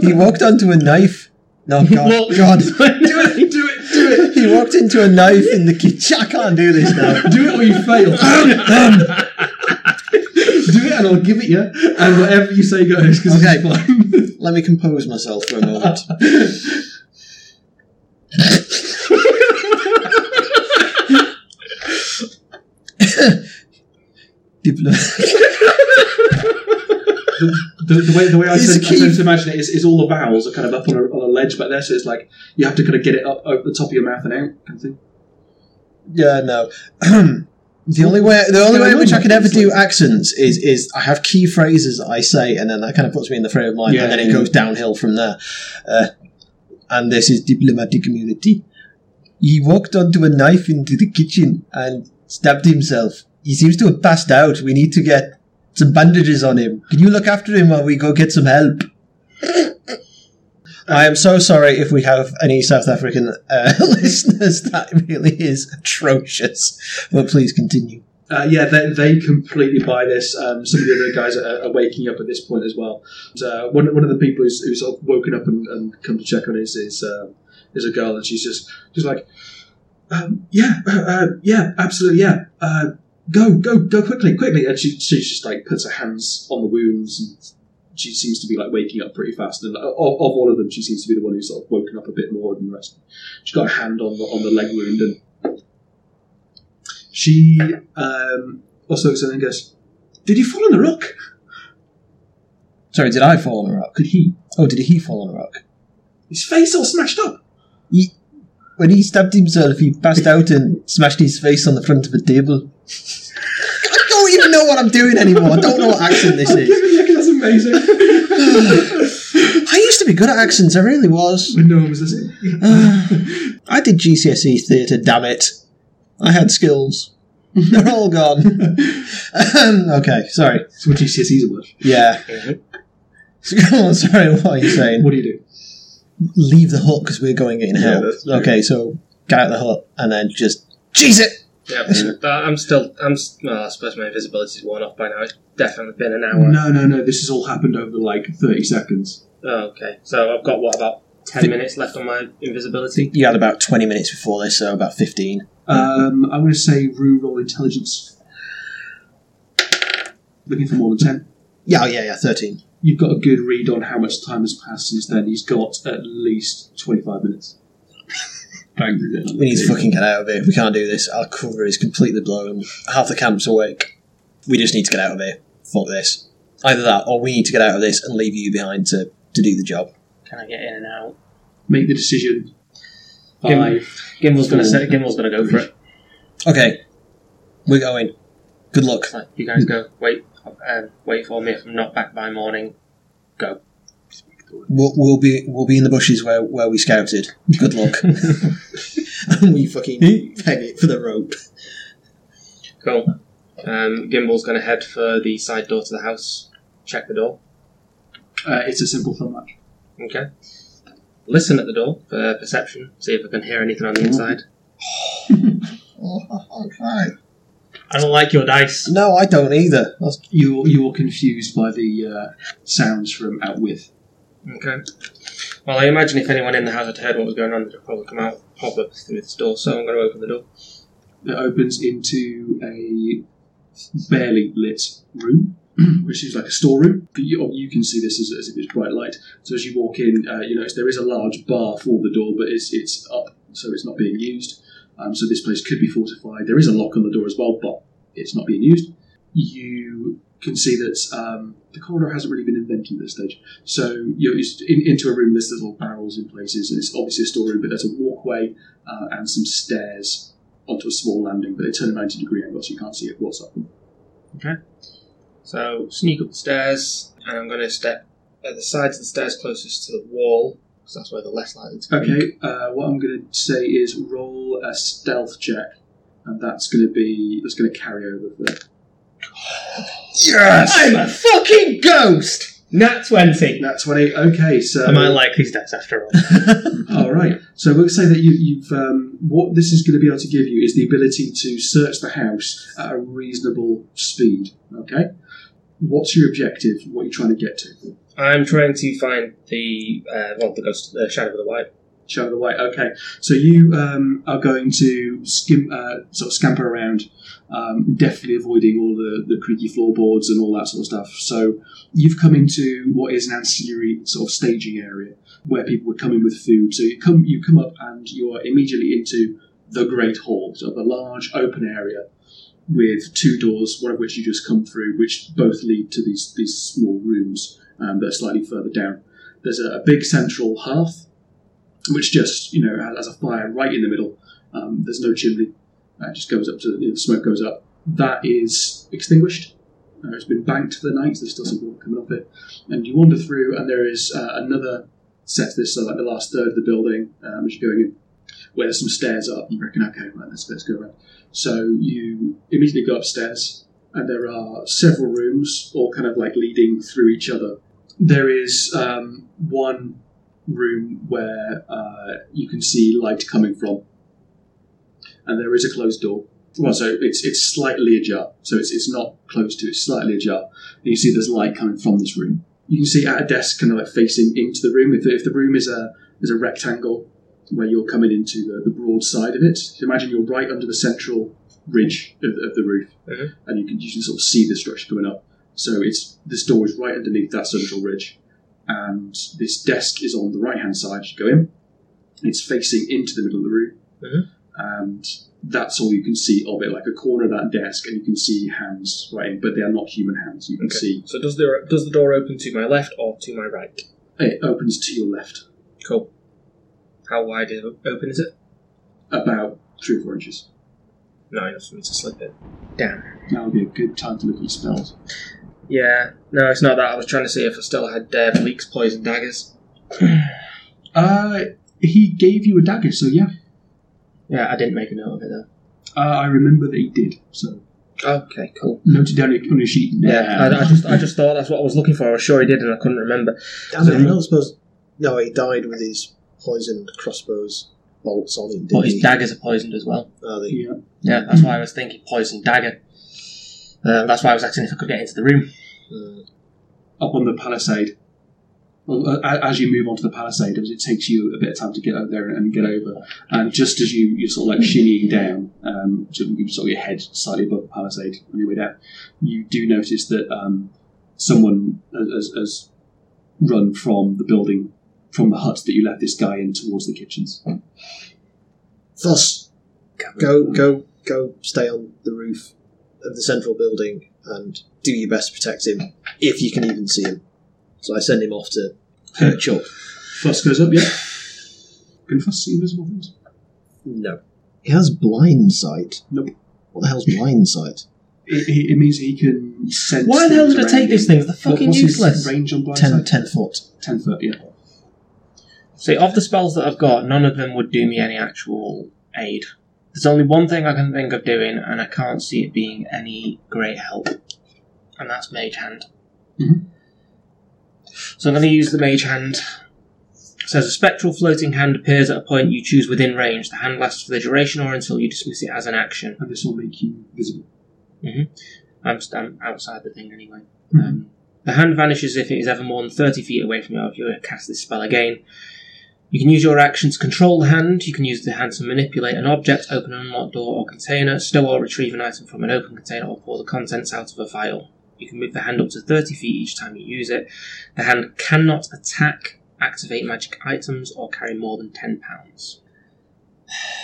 [SPEAKER 11] he walked onto a knife. No, God, God. do it, do it, do it. He walked into a knife in the kitchen. I can't do this now. Um,
[SPEAKER 1] do it or you
[SPEAKER 11] *laughs*
[SPEAKER 1] fail. do it, and I'll give it you. And whatever you say goes. Because okay,
[SPEAKER 11] *laughs* let me compose myself for a moment. *laughs*
[SPEAKER 1] the, the way the way I tend, I tend to imagine it is, is all the vowels are kind of up on a, on a ledge back there, so it's like you have to kind of get it up over the top of your mouth and out kind of thing.
[SPEAKER 11] Yeah, no. *clears throat* the only way, the only way in which I can ever do accents is is I have key phrases that I say, and then that kind of puts me in the frame of mind,
[SPEAKER 1] Yeah,
[SPEAKER 11] and then it
[SPEAKER 1] yeah.
[SPEAKER 11] goes downhill from there. Uh, and this is diplomatic immunity. He walked onto a knife into the kitchen and stabbed himself. He seems to have passed out. We need to get some bandages on him. Can you look after him while we go get
[SPEAKER 1] *coughs*
[SPEAKER 11] some help? I am so sorry if we have any South African uh, *laughs* listeners. That really is atrocious. But please continue.
[SPEAKER 1] Uh, yeah, they, they completely buy this. Um, some of the other guys are, are waking up at this point as well. And, uh, one, one of the people who's, who's sort of woken up and, and come to check on is is, um, is a girl, and she's just she's like, um, yeah, uh, uh, yeah, absolutely, yeah. Uh, go, go, go quickly, quickly. And she she just like puts her hands on the wounds, and she seems to be like waking up pretty fast. And uh, of, of all of them, she seems to be the one who's sort of woken up a bit more than the rest. She's got a hand on the on the leg wound and. She um, also looks at him and goes, Did you fall on a rock?
[SPEAKER 11] Sorry, did I fall on a rock?
[SPEAKER 1] Did he?
[SPEAKER 11] Oh, did he fall on a rock?
[SPEAKER 1] His face all smashed up.
[SPEAKER 11] He, when he stabbed himself, he passed out and smashed his face on the front of a table. I don't even know what I'm doing anymore. I don't know what accent this is.
[SPEAKER 1] That's amazing.
[SPEAKER 11] *sighs* I used to be good at accents. I really was.
[SPEAKER 1] When no one was listening.
[SPEAKER 11] *sighs* I did GCSE E theatre. Damn it! I had skills. *laughs* They're all gone. um, okay, sorry.
[SPEAKER 1] That's what GCSEs are E worth.
[SPEAKER 11] Yeah. *laughs* Go on, sorry, what are you saying?
[SPEAKER 1] What do you
[SPEAKER 11] do? Leave the hut because we're going in help.
[SPEAKER 15] that's true.
[SPEAKER 11] okay, so get out of the hut and then just cheese it.
[SPEAKER 15] Yeah, but I'm still. I'm. s- Well, I suppose my invisibility's worn off by now. It's definitely been an hour.
[SPEAKER 1] No, no, no. This has all happened over like 30 seconds.
[SPEAKER 15] Oh, okay, so I've got what about ten minutes left on my invisibility?
[SPEAKER 11] You had about twenty minutes before this, so about fifteen.
[SPEAKER 1] Um, I'm going to say Rue roll intelligence. Looking for more than 10.
[SPEAKER 11] Yeah, oh, yeah, yeah, thirteen.
[SPEAKER 1] You've got a good read on how much time has passed since then. He's got at least 25 minutes. *laughs*
[SPEAKER 11] We need to fucking get out of here. We can't do this. Our cover is completely blown. Half the camp's awake. We just need to get out of here. Fuck this. Either that, or we need to get out of this and leave you behind to, to do the job.
[SPEAKER 15] Can I get in and out?
[SPEAKER 1] Make the decision.
[SPEAKER 15] Gim- Gimble's gonna
[SPEAKER 11] four,
[SPEAKER 15] set. Gimble's gonna go for it.
[SPEAKER 11] Okay, we're going. Good luck.
[SPEAKER 15] You guys go. Wait. Um, wait for me. If I'm not back by morning, go.
[SPEAKER 11] We'll, we'll be we'll be in the bushes where, where we scouted. Good luck.
[SPEAKER 20] *laughs*
[SPEAKER 11] and we fucking peg it for the rope.
[SPEAKER 15] Cool. Um, Gimble's going to head for the side door to the house. Check the door.
[SPEAKER 1] Uh, it's a simple thumb match.
[SPEAKER 15] Okay. Listen at the door for perception. See if I can hear anything on the inside.
[SPEAKER 20] Oh,
[SPEAKER 11] okay.
[SPEAKER 15] I don't like your dice.
[SPEAKER 11] No, I don't either.
[SPEAKER 1] uh, You're, you're confused by the uh, sounds from out with.
[SPEAKER 15] Okay. Well, I imagine if anyone in the house had heard what was going on, they'd have probably come out, pop up through this door. So I'm going to open the door.
[SPEAKER 1] It opens into a barely lit room, *clears throat* which is like a storeroom. But You, you can see this as, as if it's bright light. So as you walk in, uh, you notice there is a large bar for the door, but it's, it's up, so it's not being used. Um, so this place could be fortified. There is a lock on the door as well, but it's not being used. You can see that um, the corridor hasn't really been invented at this stage. So you're just in, into a room, there's little barrels in places, and it's obviously a storeroom, but there's a walkway uh, and some stairs onto a small landing, but they turn a 90 degree angle so you can't see it what's up.
[SPEAKER 15] Okay. So sneak up the stairs, and I'm going to step at the sides of the stairs closest to the wall, because that's where the less likely to be.
[SPEAKER 1] Okay, uh, what I'm going to say is roll a uh, stealth check, and that's going to be that's going to carry over for
[SPEAKER 20] Yes!
[SPEAKER 1] I'm
[SPEAKER 20] a fucking ghost! Nat 20.
[SPEAKER 1] Nat 20, okay, so.
[SPEAKER 20] Am I likely stats after all?
[SPEAKER 1] All right. So we'll say that you, you've um, what this is going to be able to give you is the ability to search the house at a reasonable speed. Okay. What's your objective? What are you trying to get to?
[SPEAKER 15] *laughs* I'm trying to find the uh, well, the ghost, the shadow of the white.
[SPEAKER 1] Show the way. Okay. So you um, are going to skim, uh, sort of scamper around, um, definitely avoiding all the, the creaky floorboards and all that sort of stuff. So you've come into what is an ancillary sort of staging area where people would come in with food. So you come you come up and you are immediately into the Great Hall, sort of a large open area with two doors, one of which you just come through, which both lead to these these small rooms um, that are slightly further down. There's a, a big central hearth which just you know has a fire right in the middle. Um, there's no chimney. Uh, It just goes up to you know, the smoke goes up. That is extinguished. Uh, it's been banked for the night. So there's still some water coming off it. And you wander through, and there is uh, another set. of This so like the last third of the building um, as you're going in, where there's some stairs up. You reckon, okay, right, let's let's go around. So you immediately go upstairs, and there are several rooms, all kind of like leading through each other. There is um, one room where uh, you can see light coming from, and there is a closed door. Well, so it's it's slightly ajar, so it's it's not closed to, it's slightly ajar. And you see there's light coming from this room. You can see at a desk, kind of like facing into the room. If, if the room is a is a rectangle where you're coming into the, the broad side of it, so imagine you're right under the central ridge of, of the roof, and you can you can sort of see the structure coming up. So it's this door is right underneath that central ridge and this desk is on the right hand side. You go in, it's facing into the middle of the room, and that's all you can see of it like a corner of that desk, and you can see hands right in, but they are not human hands. You can see
[SPEAKER 15] So does the does the door open to my left or to my right?
[SPEAKER 1] it opens to your left
[SPEAKER 15] Cool. How wide is open is it?
[SPEAKER 1] about three or four inches.
[SPEAKER 15] Not enough for me to slip in.
[SPEAKER 1] Now would be a good time to look at spells.
[SPEAKER 15] Yeah, no, it's not that. I was trying to see if I still had uh, bleaks, poison daggers.
[SPEAKER 1] Uh, he gave you a dagger, so yeah.
[SPEAKER 15] Yeah, I didn't make a note of it though.
[SPEAKER 1] Uh, I remember that he did, so
[SPEAKER 15] Okay, cool.
[SPEAKER 1] noted down on your sheet.
[SPEAKER 15] Yeah, I, I just I just thought that's what I was looking for. I was sure he did, and I couldn't remember.
[SPEAKER 11] *laughs* Damn it, I don't suppose. No, he died with his poisoned crossbows bolts on him.
[SPEAKER 15] But
[SPEAKER 11] Didn't
[SPEAKER 15] his
[SPEAKER 11] he? Uh,
[SPEAKER 15] daggers are poisoned as well.
[SPEAKER 11] Are they?
[SPEAKER 1] yeah.
[SPEAKER 15] Yeah, that's why I was thinking poison dagger. Um, that's why I was asking if I could get into the room.
[SPEAKER 1] up on the palisade. Well, uh, a- as you move onto the palisade, it takes you a bit of time to get out there and get over. And just as you, you're sort of like shinnying down, um, so you sort of your head slightly above the palisade on your way down, you do notice that um, someone has- has, has run from the building, from the hut that you left this guy in towards the kitchens.
[SPEAKER 11] Thus, go, go, go. Stay on the roof of the central building and do your best to protect him, if you can even see him. So I send him off to
[SPEAKER 1] *laughs*
[SPEAKER 11] perch up.
[SPEAKER 1] Fuss goes up, yeah. Can Fuss see invisible things?
[SPEAKER 11] No, he has blind sight.
[SPEAKER 1] Nope.
[SPEAKER 11] What the hell's blind sight?
[SPEAKER 1] It, it, it means he can sense.
[SPEAKER 15] Why the hell
[SPEAKER 1] things
[SPEAKER 15] did I
[SPEAKER 1] around
[SPEAKER 15] take these
[SPEAKER 1] him.
[SPEAKER 15] things? They're
[SPEAKER 1] What-
[SPEAKER 15] fucking
[SPEAKER 1] what's his
[SPEAKER 15] useless.
[SPEAKER 1] range on blind
[SPEAKER 11] Ten,
[SPEAKER 1] sight?
[SPEAKER 11] ten foot.
[SPEAKER 1] Ten foot, yeah.
[SPEAKER 15] See, of the spells that I've got, none of them would do me any actual aid. There's only one thing I can think of doing, and I can't see it being any great help, and that's Mage Hand.
[SPEAKER 1] Mhm.
[SPEAKER 15] So I'm going to use the Mage Hand. It says a spectral floating hand appears at a point you choose within range. The hand lasts for the duration or until you dismiss it as an action.
[SPEAKER 1] And this will make you visible.
[SPEAKER 15] I'm, I'm outside the thing anyway.
[SPEAKER 1] Mhm.
[SPEAKER 15] Um, The hand vanishes if it is ever more than 30 feet away from you. If you were to cast this spell again, you can use your action to control the hand. You can use the hand to manipulate an object, open an unlocked door or container, stow or retrieve an item from an open container, or pour the contents out of a vial. You can move the hand up to 30 feet each time you use it. The hand cannot attack, activate magic items, or carry more than 10 pounds. *sighs*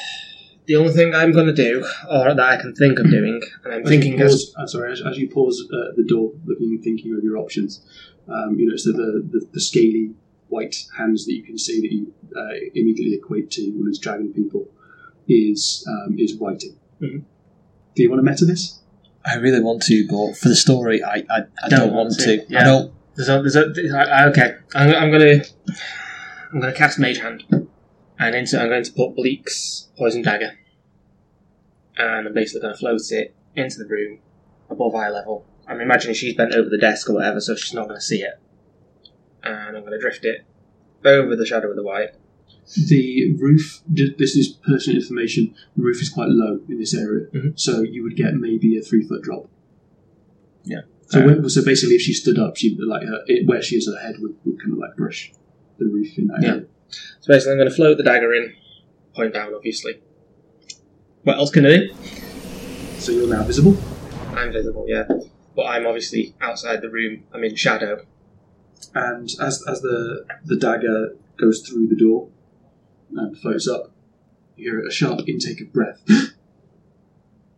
[SPEAKER 15] The only thing I'm going to do, or that I can think of doing, and I'm
[SPEAKER 11] As you
[SPEAKER 15] thinking as
[SPEAKER 11] pause, I'm sorry, as, as you pause uh, the door, looking and thinking of your options, um, you notice that the, the, the scaly white hands that you can see that you uh, immediately equate to one of these dragon people is um, is writing.
[SPEAKER 15] Mhm.
[SPEAKER 11] Do you want to meta this?
[SPEAKER 14] I really want to, but for the story, I I, I don't, want to.
[SPEAKER 15] Yeah.
[SPEAKER 14] I don't.
[SPEAKER 15] There's a, there's a, there's a- I- okay. I'm, I'm gonna I'm gonna cast Mage Hand, and into I'm going to put Bleak's Poison Dagger, and I'm basically going to float it into the room above eye level. I'm imagining she's bent over the desk or whatever, so she's not going to see it. And I'm going to drift it over the shadow of the white.
[SPEAKER 11] The roof. ju- This is personal information. The roof is quite low in this area, so you would get maybe a three foot drop.
[SPEAKER 14] Yeah.
[SPEAKER 11] So,
[SPEAKER 14] Uh,
[SPEAKER 11] when, so basically, if she stood up, she like her, it, where she is, her head would, would kind of like brush the roof in that
[SPEAKER 15] Yeah.
[SPEAKER 11] area.
[SPEAKER 15] So basically, I'm going to float the dagger in, point down, obviously. What else can I do?
[SPEAKER 11] So you're now visible.
[SPEAKER 15] I'm visible, yeah, but I'm obviously outside the room. I'm in shadow.
[SPEAKER 11] and as as the the dagger goes through the door and floats up, you hear a sharp intake of breath, *gasps*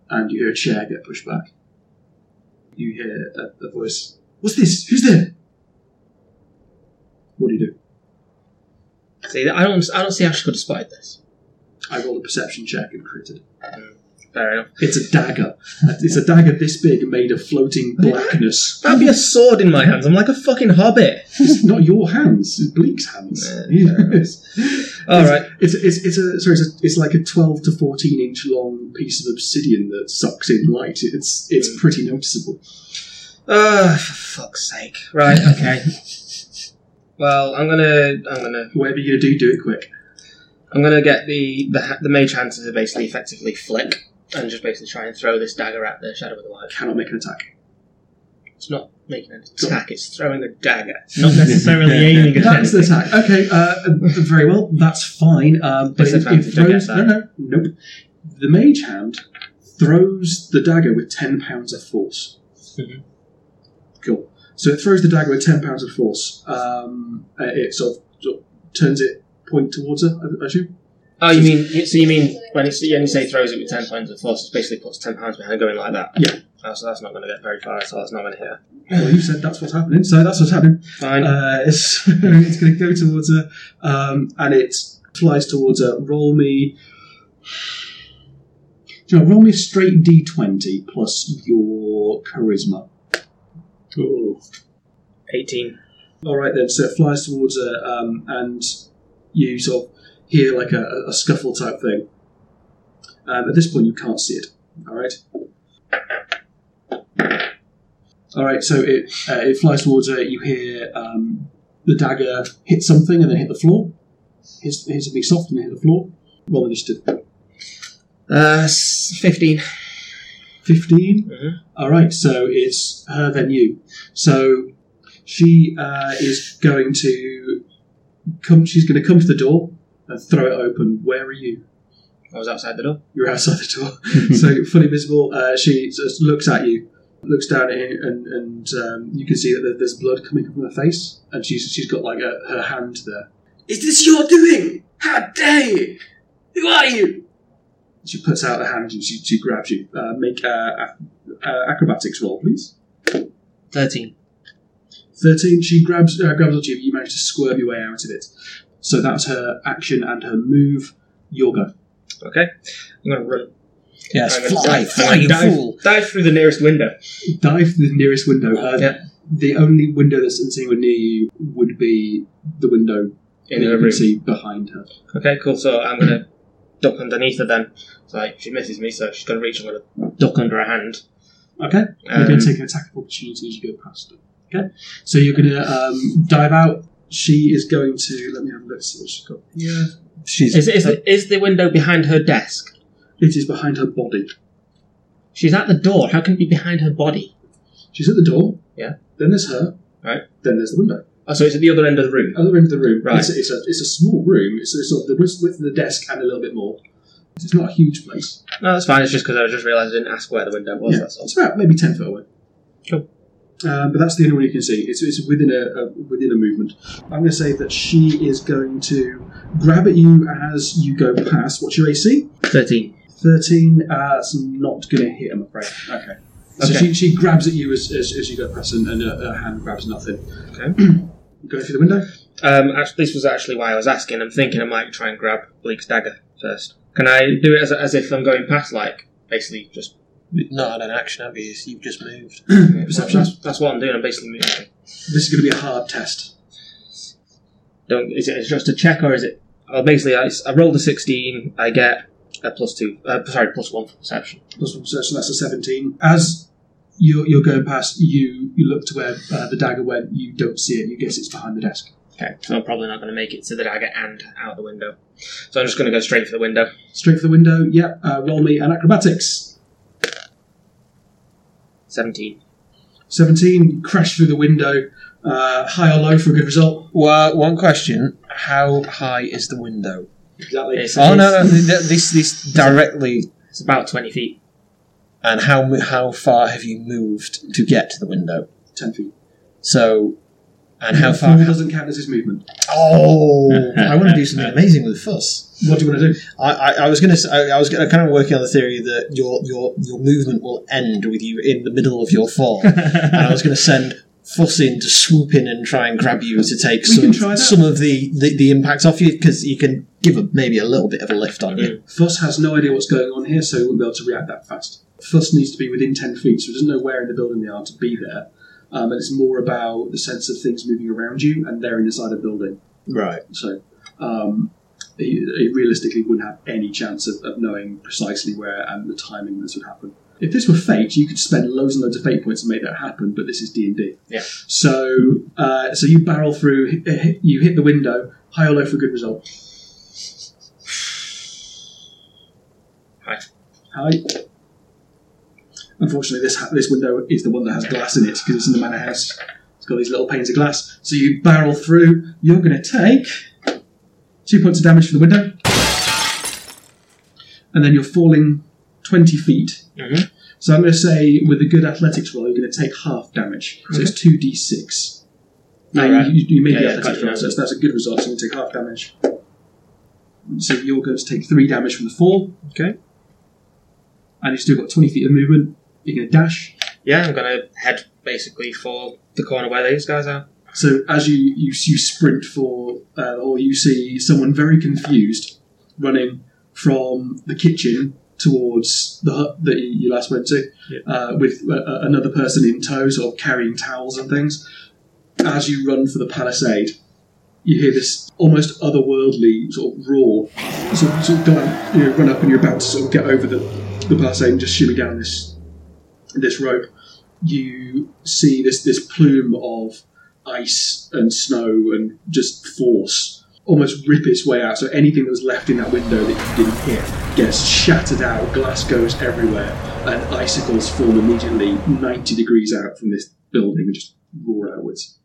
[SPEAKER 11] and you hear a chair get pushed back. You hear a, a voice. What's this? Who's there? What do you do?
[SPEAKER 15] See, I don't, I don't see how she could have spotted this.
[SPEAKER 11] I rolled a perception check and critted.
[SPEAKER 15] Fair enough.
[SPEAKER 11] It's a dagger. It's a dagger this big made of floating blackness.
[SPEAKER 15] That'd be a sword in my hands. I'm like a fucking hobbit.
[SPEAKER 11] It's not your hands. It's Bleak's hands.
[SPEAKER 15] All
[SPEAKER 11] it's,
[SPEAKER 15] right.
[SPEAKER 11] It's, it's, it's a sorry. It's, a, it's like a twelve to fourteen inch long piece of obsidian that sucks in light. It's it's pretty noticeable.
[SPEAKER 15] Ah, for fuck's sake. Right. Okay. well, I'm gonna, I'm gonna.
[SPEAKER 11] Whatever you're gonna do, do it quick.
[SPEAKER 15] I'm gonna get the the ha- the mage hand to basically effectively flick and just basically try and throw this dagger at the shadow of the light.
[SPEAKER 11] Cannot make an attack.
[SPEAKER 15] It's not making an attack. It's throwing a dagger, not
[SPEAKER 11] *laughs*
[SPEAKER 15] necessarily aiming at
[SPEAKER 11] That's the
[SPEAKER 15] anything.
[SPEAKER 11] attack. Okay. Uh, very well. That's fine. Um, but it, it
[SPEAKER 15] Disadvantage, I
[SPEAKER 11] throws.
[SPEAKER 15] get
[SPEAKER 11] No,
[SPEAKER 15] that.
[SPEAKER 11] no, nope. The mage hand throws the dagger with ten pounds of force. Mm-hmm.
[SPEAKER 15] Mhm.
[SPEAKER 11] Cool. So it throws the dagger with ten pounds of force. Um, uh, it sort of, sort of turns it point towards her. I, I assume.
[SPEAKER 15] Oh, you mean so? You mean when it's when you say throws it with ten points of force, it basically puts ten pounds behind going like that.
[SPEAKER 11] Yeah.
[SPEAKER 15] Oh, so that's not going to get very far. So that's not going to hit. her.
[SPEAKER 11] Well, you said that's what's happening, so that's what's happening.
[SPEAKER 15] Fine.
[SPEAKER 11] Uh, *laughs* so it's going to go towards her, um, and it flies towards her. Roll me. Do you know, roll me a straight d20 plus your charisma. Oh.
[SPEAKER 15] 18.
[SPEAKER 11] All right then. So it flies towards her, um, and you sort of hear like a, a scuffle type thing. Um, at this point, you can't see it. All right. All right. So it uh, it flies towards her. You hear um, the dagger hit something and then hit the floor. Hits, hits something soft and then hit the floor. Roll initiative.
[SPEAKER 15] Uh, s- 15.
[SPEAKER 11] 15
[SPEAKER 15] Mhm.
[SPEAKER 11] All right, so it's her then you. So she uh, is going to come. She's going to come to the door and throw it open. Where are you?
[SPEAKER 15] I was outside the door.
[SPEAKER 11] You're outside the door, so you're fully visible. Uh, she just looks at you, looks down at you, and, and um, you can see that there- there's blood coming from her face, and she's she's got like a, her hand there.
[SPEAKER 7] Is this your doing? How dare you? Who are you?
[SPEAKER 11] She puts out her hand and she, she grabs you. Uh, make a, a, a acrobatics roll, please.
[SPEAKER 15] 13.
[SPEAKER 11] 13. She grabs uh, grabs onto you. You manage to squirm your way out of it. So that's her action and her move. Your go.
[SPEAKER 15] Okay. I'm going to run.
[SPEAKER 14] Yes,
[SPEAKER 15] I'm gonna
[SPEAKER 14] fly,
[SPEAKER 15] dive-
[SPEAKER 14] fly, you
[SPEAKER 15] dive,
[SPEAKER 14] fool.
[SPEAKER 15] Dive through the nearest window.
[SPEAKER 11] Dive through the nearest window. Uh,
[SPEAKER 15] Yeah.
[SPEAKER 11] The only window that's that's anywhere near you would be the window
[SPEAKER 15] In her
[SPEAKER 11] that you
[SPEAKER 15] room.
[SPEAKER 11] can see behind her.
[SPEAKER 15] Okay, cool. So I'm going to duck underneath her then. So like, she misses me, so she's going to reach. I'm going to duck under her hand.
[SPEAKER 11] Okay. you're
[SPEAKER 15] Um,
[SPEAKER 11] going to take an attack of opportunity as you go past her. Okay. So you're going to um, dive out. She is going to. Let me have a look. See what she's got. Yeah.
[SPEAKER 14] She's
[SPEAKER 15] Is, is, the, is the window behind her desk?
[SPEAKER 11] It is behind her body.
[SPEAKER 15] She's at the door. How can it be behind her body?
[SPEAKER 11] She's at the door.
[SPEAKER 15] Yeah.
[SPEAKER 11] Then there's her. Right. Then there's the window. Oh, so it's at the other end of the room. Other end of the room.
[SPEAKER 18] Right.
[SPEAKER 11] It's, it's a it's a small room. It's, it's sort of the width, width of the desk and a little bit more. It's not a huge place.
[SPEAKER 15] No, that's fine. It's just because I just realised I didn't ask where the window was.
[SPEAKER 11] yeah,
[SPEAKER 15] That's all.
[SPEAKER 11] it's about maybe ten foot away.
[SPEAKER 15] Cool.
[SPEAKER 11] Um, but that's the only one you can see. It's, it's within a, a within a movement. I'm going to say that she is going to grab at you as you go past. What's your AC?
[SPEAKER 15] Thirteen.
[SPEAKER 11] Thirteen. Uh, that's not going to hit. I'm afraid. Okay. So
[SPEAKER 15] Okay.
[SPEAKER 11] she, she grabs at you as, as, as you go past, and, and uh, her, her hand grabs nothing.
[SPEAKER 15] Okay.
[SPEAKER 11] *clears throat* Going through the window.
[SPEAKER 15] Um, actually, this was actually why I was asking. I'm thinking I might try and grab Bleak's dagger first. Can I do it as, as if I'm going past, like basically just
[SPEAKER 14] Not an action, have you? You've just moved.
[SPEAKER 11] *clears throat* Perception.
[SPEAKER 15] that's, that's what I'm doing. I'm basically moving.
[SPEAKER 11] This is going to be a hard test.
[SPEAKER 15] Don't, is it it's just a check or is it? Oh, basically, I, I rolled a 16. I get a plus two. Uh, sorry, plus one for perception.
[SPEAKER 11] Plus one perception. That's a seventeen. As you're, you're going past, you you look to where uh, the dagger went. You don't see it. You guess it's behind the desk.
[SPEAKER 15] Okay, so I'm probably not going to make it to the dagger and out the window. So I'm just going to go straight for the window.
[SPEAKER 11] Straight for the window. Yep. Uh, roll me an acrobatics.
[SPEAKER 15] 17.
[SPEAKER 11] 17, crash through the window, uh, high or low for a good result.
[SPEAKER 14] Well, one question: How high is the window?
[SPEAKER 11] Exactly.
[SPEAKER 14] oh no, no, th- th- this this directly.
[SPEAKER 15] It's about 20 feet.
[SPEAKER 14] And how mu- how far have you moved to get to the window?
[SPEAKER 11] 10 feet.
[SPEAKER 14] So, and how
[SPEAKER 11] Four
[SPEAKER 14] far?
[SPEAKER 11] doesn't count as his movement.
[SPEAKER 14] Oh, I want to do something amazing with fuss.
[SPEAKER 11] What do you want to do?
[SPEAKER 14] I, I, I was gonna s- I, I was gonna, kind of working on the theory that your your your movement will end with you in the middle of your fall, and I was gonna send fuss in to swoop in and try and grab you to take
[SPEAKER 11] We
[SPEAKER 14] some
[SPEAKER 11] can try that.
[SPEAKER 14] some of the, the the impact off you because you can give a, maybe a little bit of a lift on you.
[SPEAKER 11] Fuss has no idea what's going on here, so he wouldn't be able to react that fast. Fuss needs to be within 10 feet, so he doesn't know where in the building they are to be there. Um, and it's more about the sense of things moving around you, and they're inside a building.
[SPEAKER 14] Right.
[SPEAKER 11] So um, he, he realistically wouldn't have any chance of, of knowing precisely where and the timing this would happen. If this were fate, you could spend loads and loads of fate points and make that happen, but this is D&D.
[SPEAKER 15] Yeah.
[SPEAKER 11] So, uh, so you barrel through. hi- hi- You hit the window. High or low for a good result.
[SPEAKER 15] Hi.
[SPEAKER 11] High. Unfortunately, this ha- this window is the one that has glass in it because it's in the manor house. It's got these little panes of glass. So you barrel through. You're going to take two points of damage from the window, and then you're falling twenty feet.
[SPEAKER 15] Mhm.
[SPEAKER 11] So I'm going to say, with a good athletics roll, you're going to take half damage. So it's two d six. No,
[SPEAKER 15] All right.
[SPEAKER 11] you, you made
[SPEAKER 15] Yeah,
[SPEAKER 11] the
[SPEAKER 15] yeah,
[SPEAKER 11] athletics
[SPEAKER 15] gotcha.
[SPEAKER 11] roll, so that's- that's a good result. So you take half damage. So you're going to take three damage from the fall.
[SPEAKER 15] Okay.
[SPEAKER 11] And you've still got 20 feet of movement. You're going to dash.
[SPEAKER 15] Yeah, I'm going to head basically for the corner where these guys are.
[SPEAKER 11] So as you, you, you sprint for, uh, or you see someone very confused running from the kitchen towards the hut that you you last went to, uh, with uh, uh, another person in tow, sort of carrying towels and things. As you run for the palisade, you hear this almost otherworldly sort of roar. Sort of, sort of going, you know, run up and you're about to sort of get over the, the palisade and just shimmy down this this rope. You see this this plume of ice and snow and just force almost rip its way out. So anything that was left in that window that you didn't hit gets shattered out. Glass goes everywhere, and icicles form immediately ninety degrees out from this building and just roar outwards.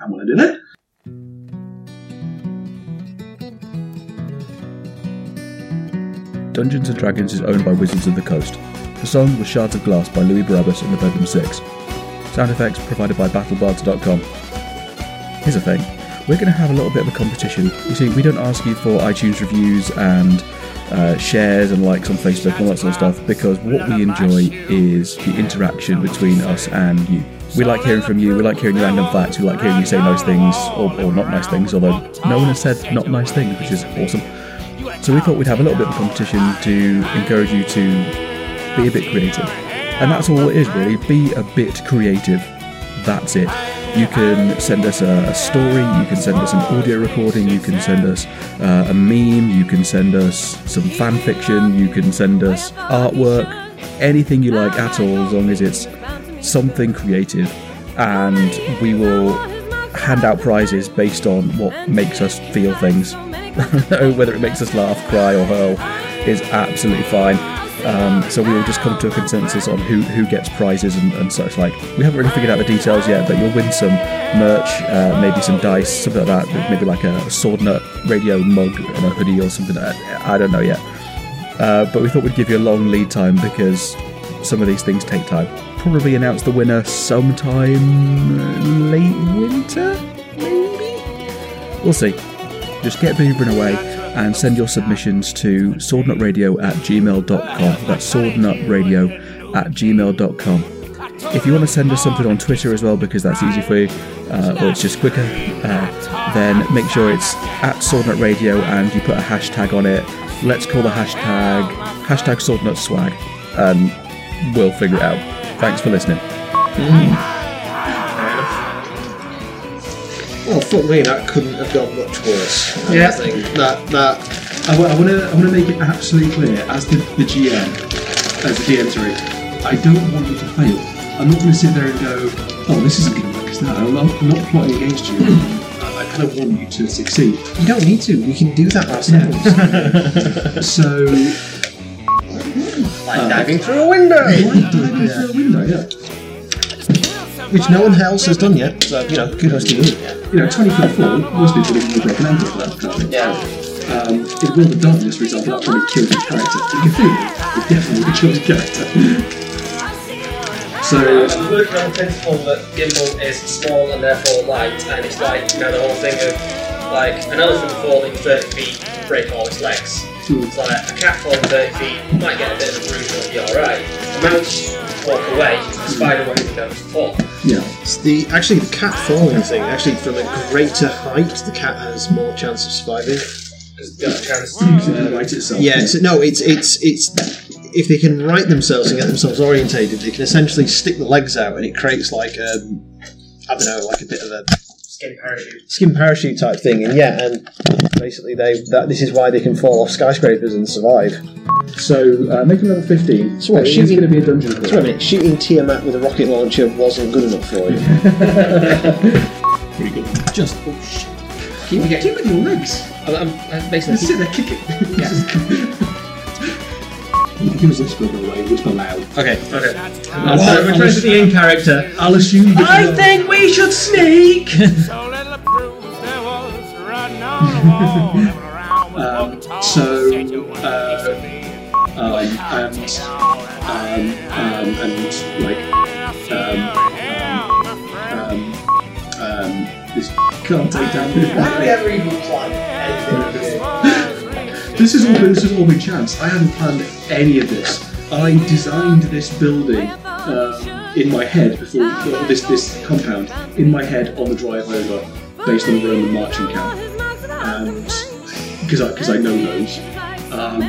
[SPEAKER 11] And what I did there.
[SPEAKER 1] Dungeons and Dragons is owned by Wizards of the Coast. The song was Shards of Glass by Louis Barabas and the Bedlam Six. Sound effects provided by BattleBards.com. Here's the thing: we're going to have a little bit of a competition. You see, we don't ask you for iTunes reviews and uh, shares and likes on Facebook and all that sort of stuff because what we enjoy is the interaction between us and you. We like hearing from you. We like hearing your random facts. We like hearing you say nice things or, or not nice things. Although no one has said not nice things, which is awesome. So we thought we'd have a little bit of a competition to encourage you to be a bit creative. And that's all it is really, be a bit creative. That's it. You can send us a, a story, you can send us an audio recording, you can send us uh, a meme, you can send us some fan fiction, you can send us artwork, anything you like at all, as long as it's something creative. And we will hand out prizes based on what makes us
[SPEAKER 21] *laughs*
[SPEAKER 1] feel things. Whether it makes us laugh, cry, or hurl is absolutely fine.
[SPEAKER 21] Um, so we will just come to a consensus on who, who gets prizes and, and such like. We haven't really figured out the details yet, but you'll win some merch, uh, maybe some dice, something like that, maybe like a sword nut radio mug and a hoodie or something. I, I don't know yet. Uh, but we thought we'd give you a long lead time because some of these things take time. Probably announce the winner sometime late winter, maybe? We'll see. Just get beavering away and send your submissions to swordnutradio at gmail.com. That's swordnutradio at gmail.com. If you want to send us something on Twitter as well, because that's easy for you, uh, or it's just quicker, uh, then make sure it's at Swordnut Radio and you put a hashtag on it. Let's call the hashtag hashtag Swordnut Swag, and we'll figure it out. Thanks for listening.
[SPEAKER 11] Well, fuck me, that couldn't have gone much worse. I
[SPEAKER 22] Yeah.
[SPEAKER 11] think that that
[SPEAKER 1] I want to I want to make it absolutely clear, as the, the GM, as the DM, sorry, I don't want you to fail. I'm not going to sit there and go, oh, this isn't going to work, is that? I'm not, I'm not plotting against
[SPEAKER 11] *clears throat*
[SPEAKER 1] you. I I kind of want you to succeed.
[SPEAKER 11] you don't need to. We can do that ourselves.
[SPEAKER 1] *laughs* so.
[SPEAKER 11] Like
[SPEAKER 1] uh,
[SPEAKER 11] diving through a window. *laughs*
[SPEAKER 1] Like diving through a window, yeah.
[SPEAKER 11] Which no one else has done yet. So you know, kudos to you.
[SPEAKER 1] You know, 20 foot fall, most people wouldn't break an ankle for that kind of thing.
[SPEAKER 11] Yeah.
[SPEAKER 1] Um, in World of Darkness, for example, that probably killed his character. You can feel it. It definitely killed his character. so,
[SPEAKER 15] I'm working on the principle that gimbal is small and therefore light, and it's like you know the whole thing of like an elephant falling 30 feet break all its legs. It's like a cat falling 30 feet might get a bit of a bruise, but it'll be alright. A mouse walk away, a spider won't even notice fall.
[SPEAKER 1] Yeah.
[SPEAKER 11] It's the actually the cat falling thing. Actually, from a greater height, the cat has more chance of surviving.
[SPEAKER 15] It's got a chance
[SPEAKER 1] right itself.
[SPEAKER 11] Yeah. It's, no, it's it's it's if they can right themselves and get themselves orientated, they can essentially stick the legs out, and it creates like um, I don't know, like a bit of a
[SPEAKER 15] skin parachute.
[SPEAKER 11] skin parachute type thing, and yeah, and basically they that this is why they can fall off skyscrapers and survive.
[SPEAKER 1] So uh, make him level 15.
[SPEAKER 11] So what,
[SPEAKER 1] It is
[SPEAKER 11] shooting-
[SPEAKER 1] gonna be a dungeon
[SPEAKER 11] So wait a minute, shooting Tiamat with a rocket launcher wasn't good enough for you.
[SPEAKER 1] Pretty good.
[SPEAKER 11] Just oh shit. Keep it
[SPEAKER 1] Do it with your legs.
[SPEAKER 23] Oh, I'm, I'm basically
[SPEAKER 1] Sit there, kick *laughs* it. You can just whisper, by the way, whisper loud.
[SPEAKER 23] Okay. Uh,
[SPEAKER 15] Okay.
[SPEAKER 1] I'll- I'll-
[SPEAKER 23] we're trying to be in character.
[SPEAKER 1] I'll assume that you know-
[SPEAKER 23] think we should sneak.
[SPEAKER 1] Um, so, uh, um, and, um, um, and like, um, um, um, um, this can't take down
[SPEAKER 11] Why do we
[SPEAKER 1] this.
[SPEAKER 11] ever even plan anything?
[SPEAKER 1] This is all this has all been chance. I haven't planned any of this. I designed this building um, in my head before well, this this compound in my head on the drive over, based on the Roman marching camp,
[SPEAKER 11] Um,
[SPEAKER 1] and because I because I know those. Um,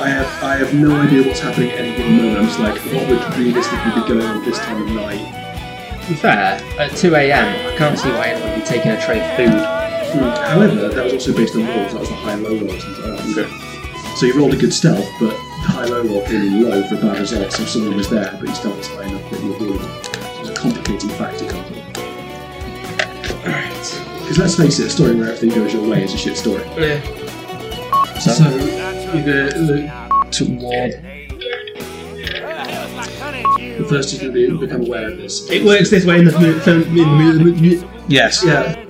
[SPEAKER 1] I have I have no idea what's happening at any given moment. I'm just like, what would realistically be going on at this time of night?
[SPEAKER 23] To be fair, at 2 a.m., I can't see why anyone would be taking a tray of food.
[SPEAKER 1] Mm, However, that was also based on rolls. That was the high and low roll or something like that. So you rolled a good stealth, but the high low roll came in low for a bad result. So someone was there, but you stealth was high enough that you were dealing. It was a complicating factor. Alright. Because let's face it, a story where everything goes your way is a shit story.
[SPEAKER 23] Yeah.
[SPEAKER 1] So, either look toward. The first is going to be become aware of this.
[SPEAKER 22] It works this way in the, in the, in the, in the
[SPEAKER 11] Yes.
[SPEAKER 1] Yeah.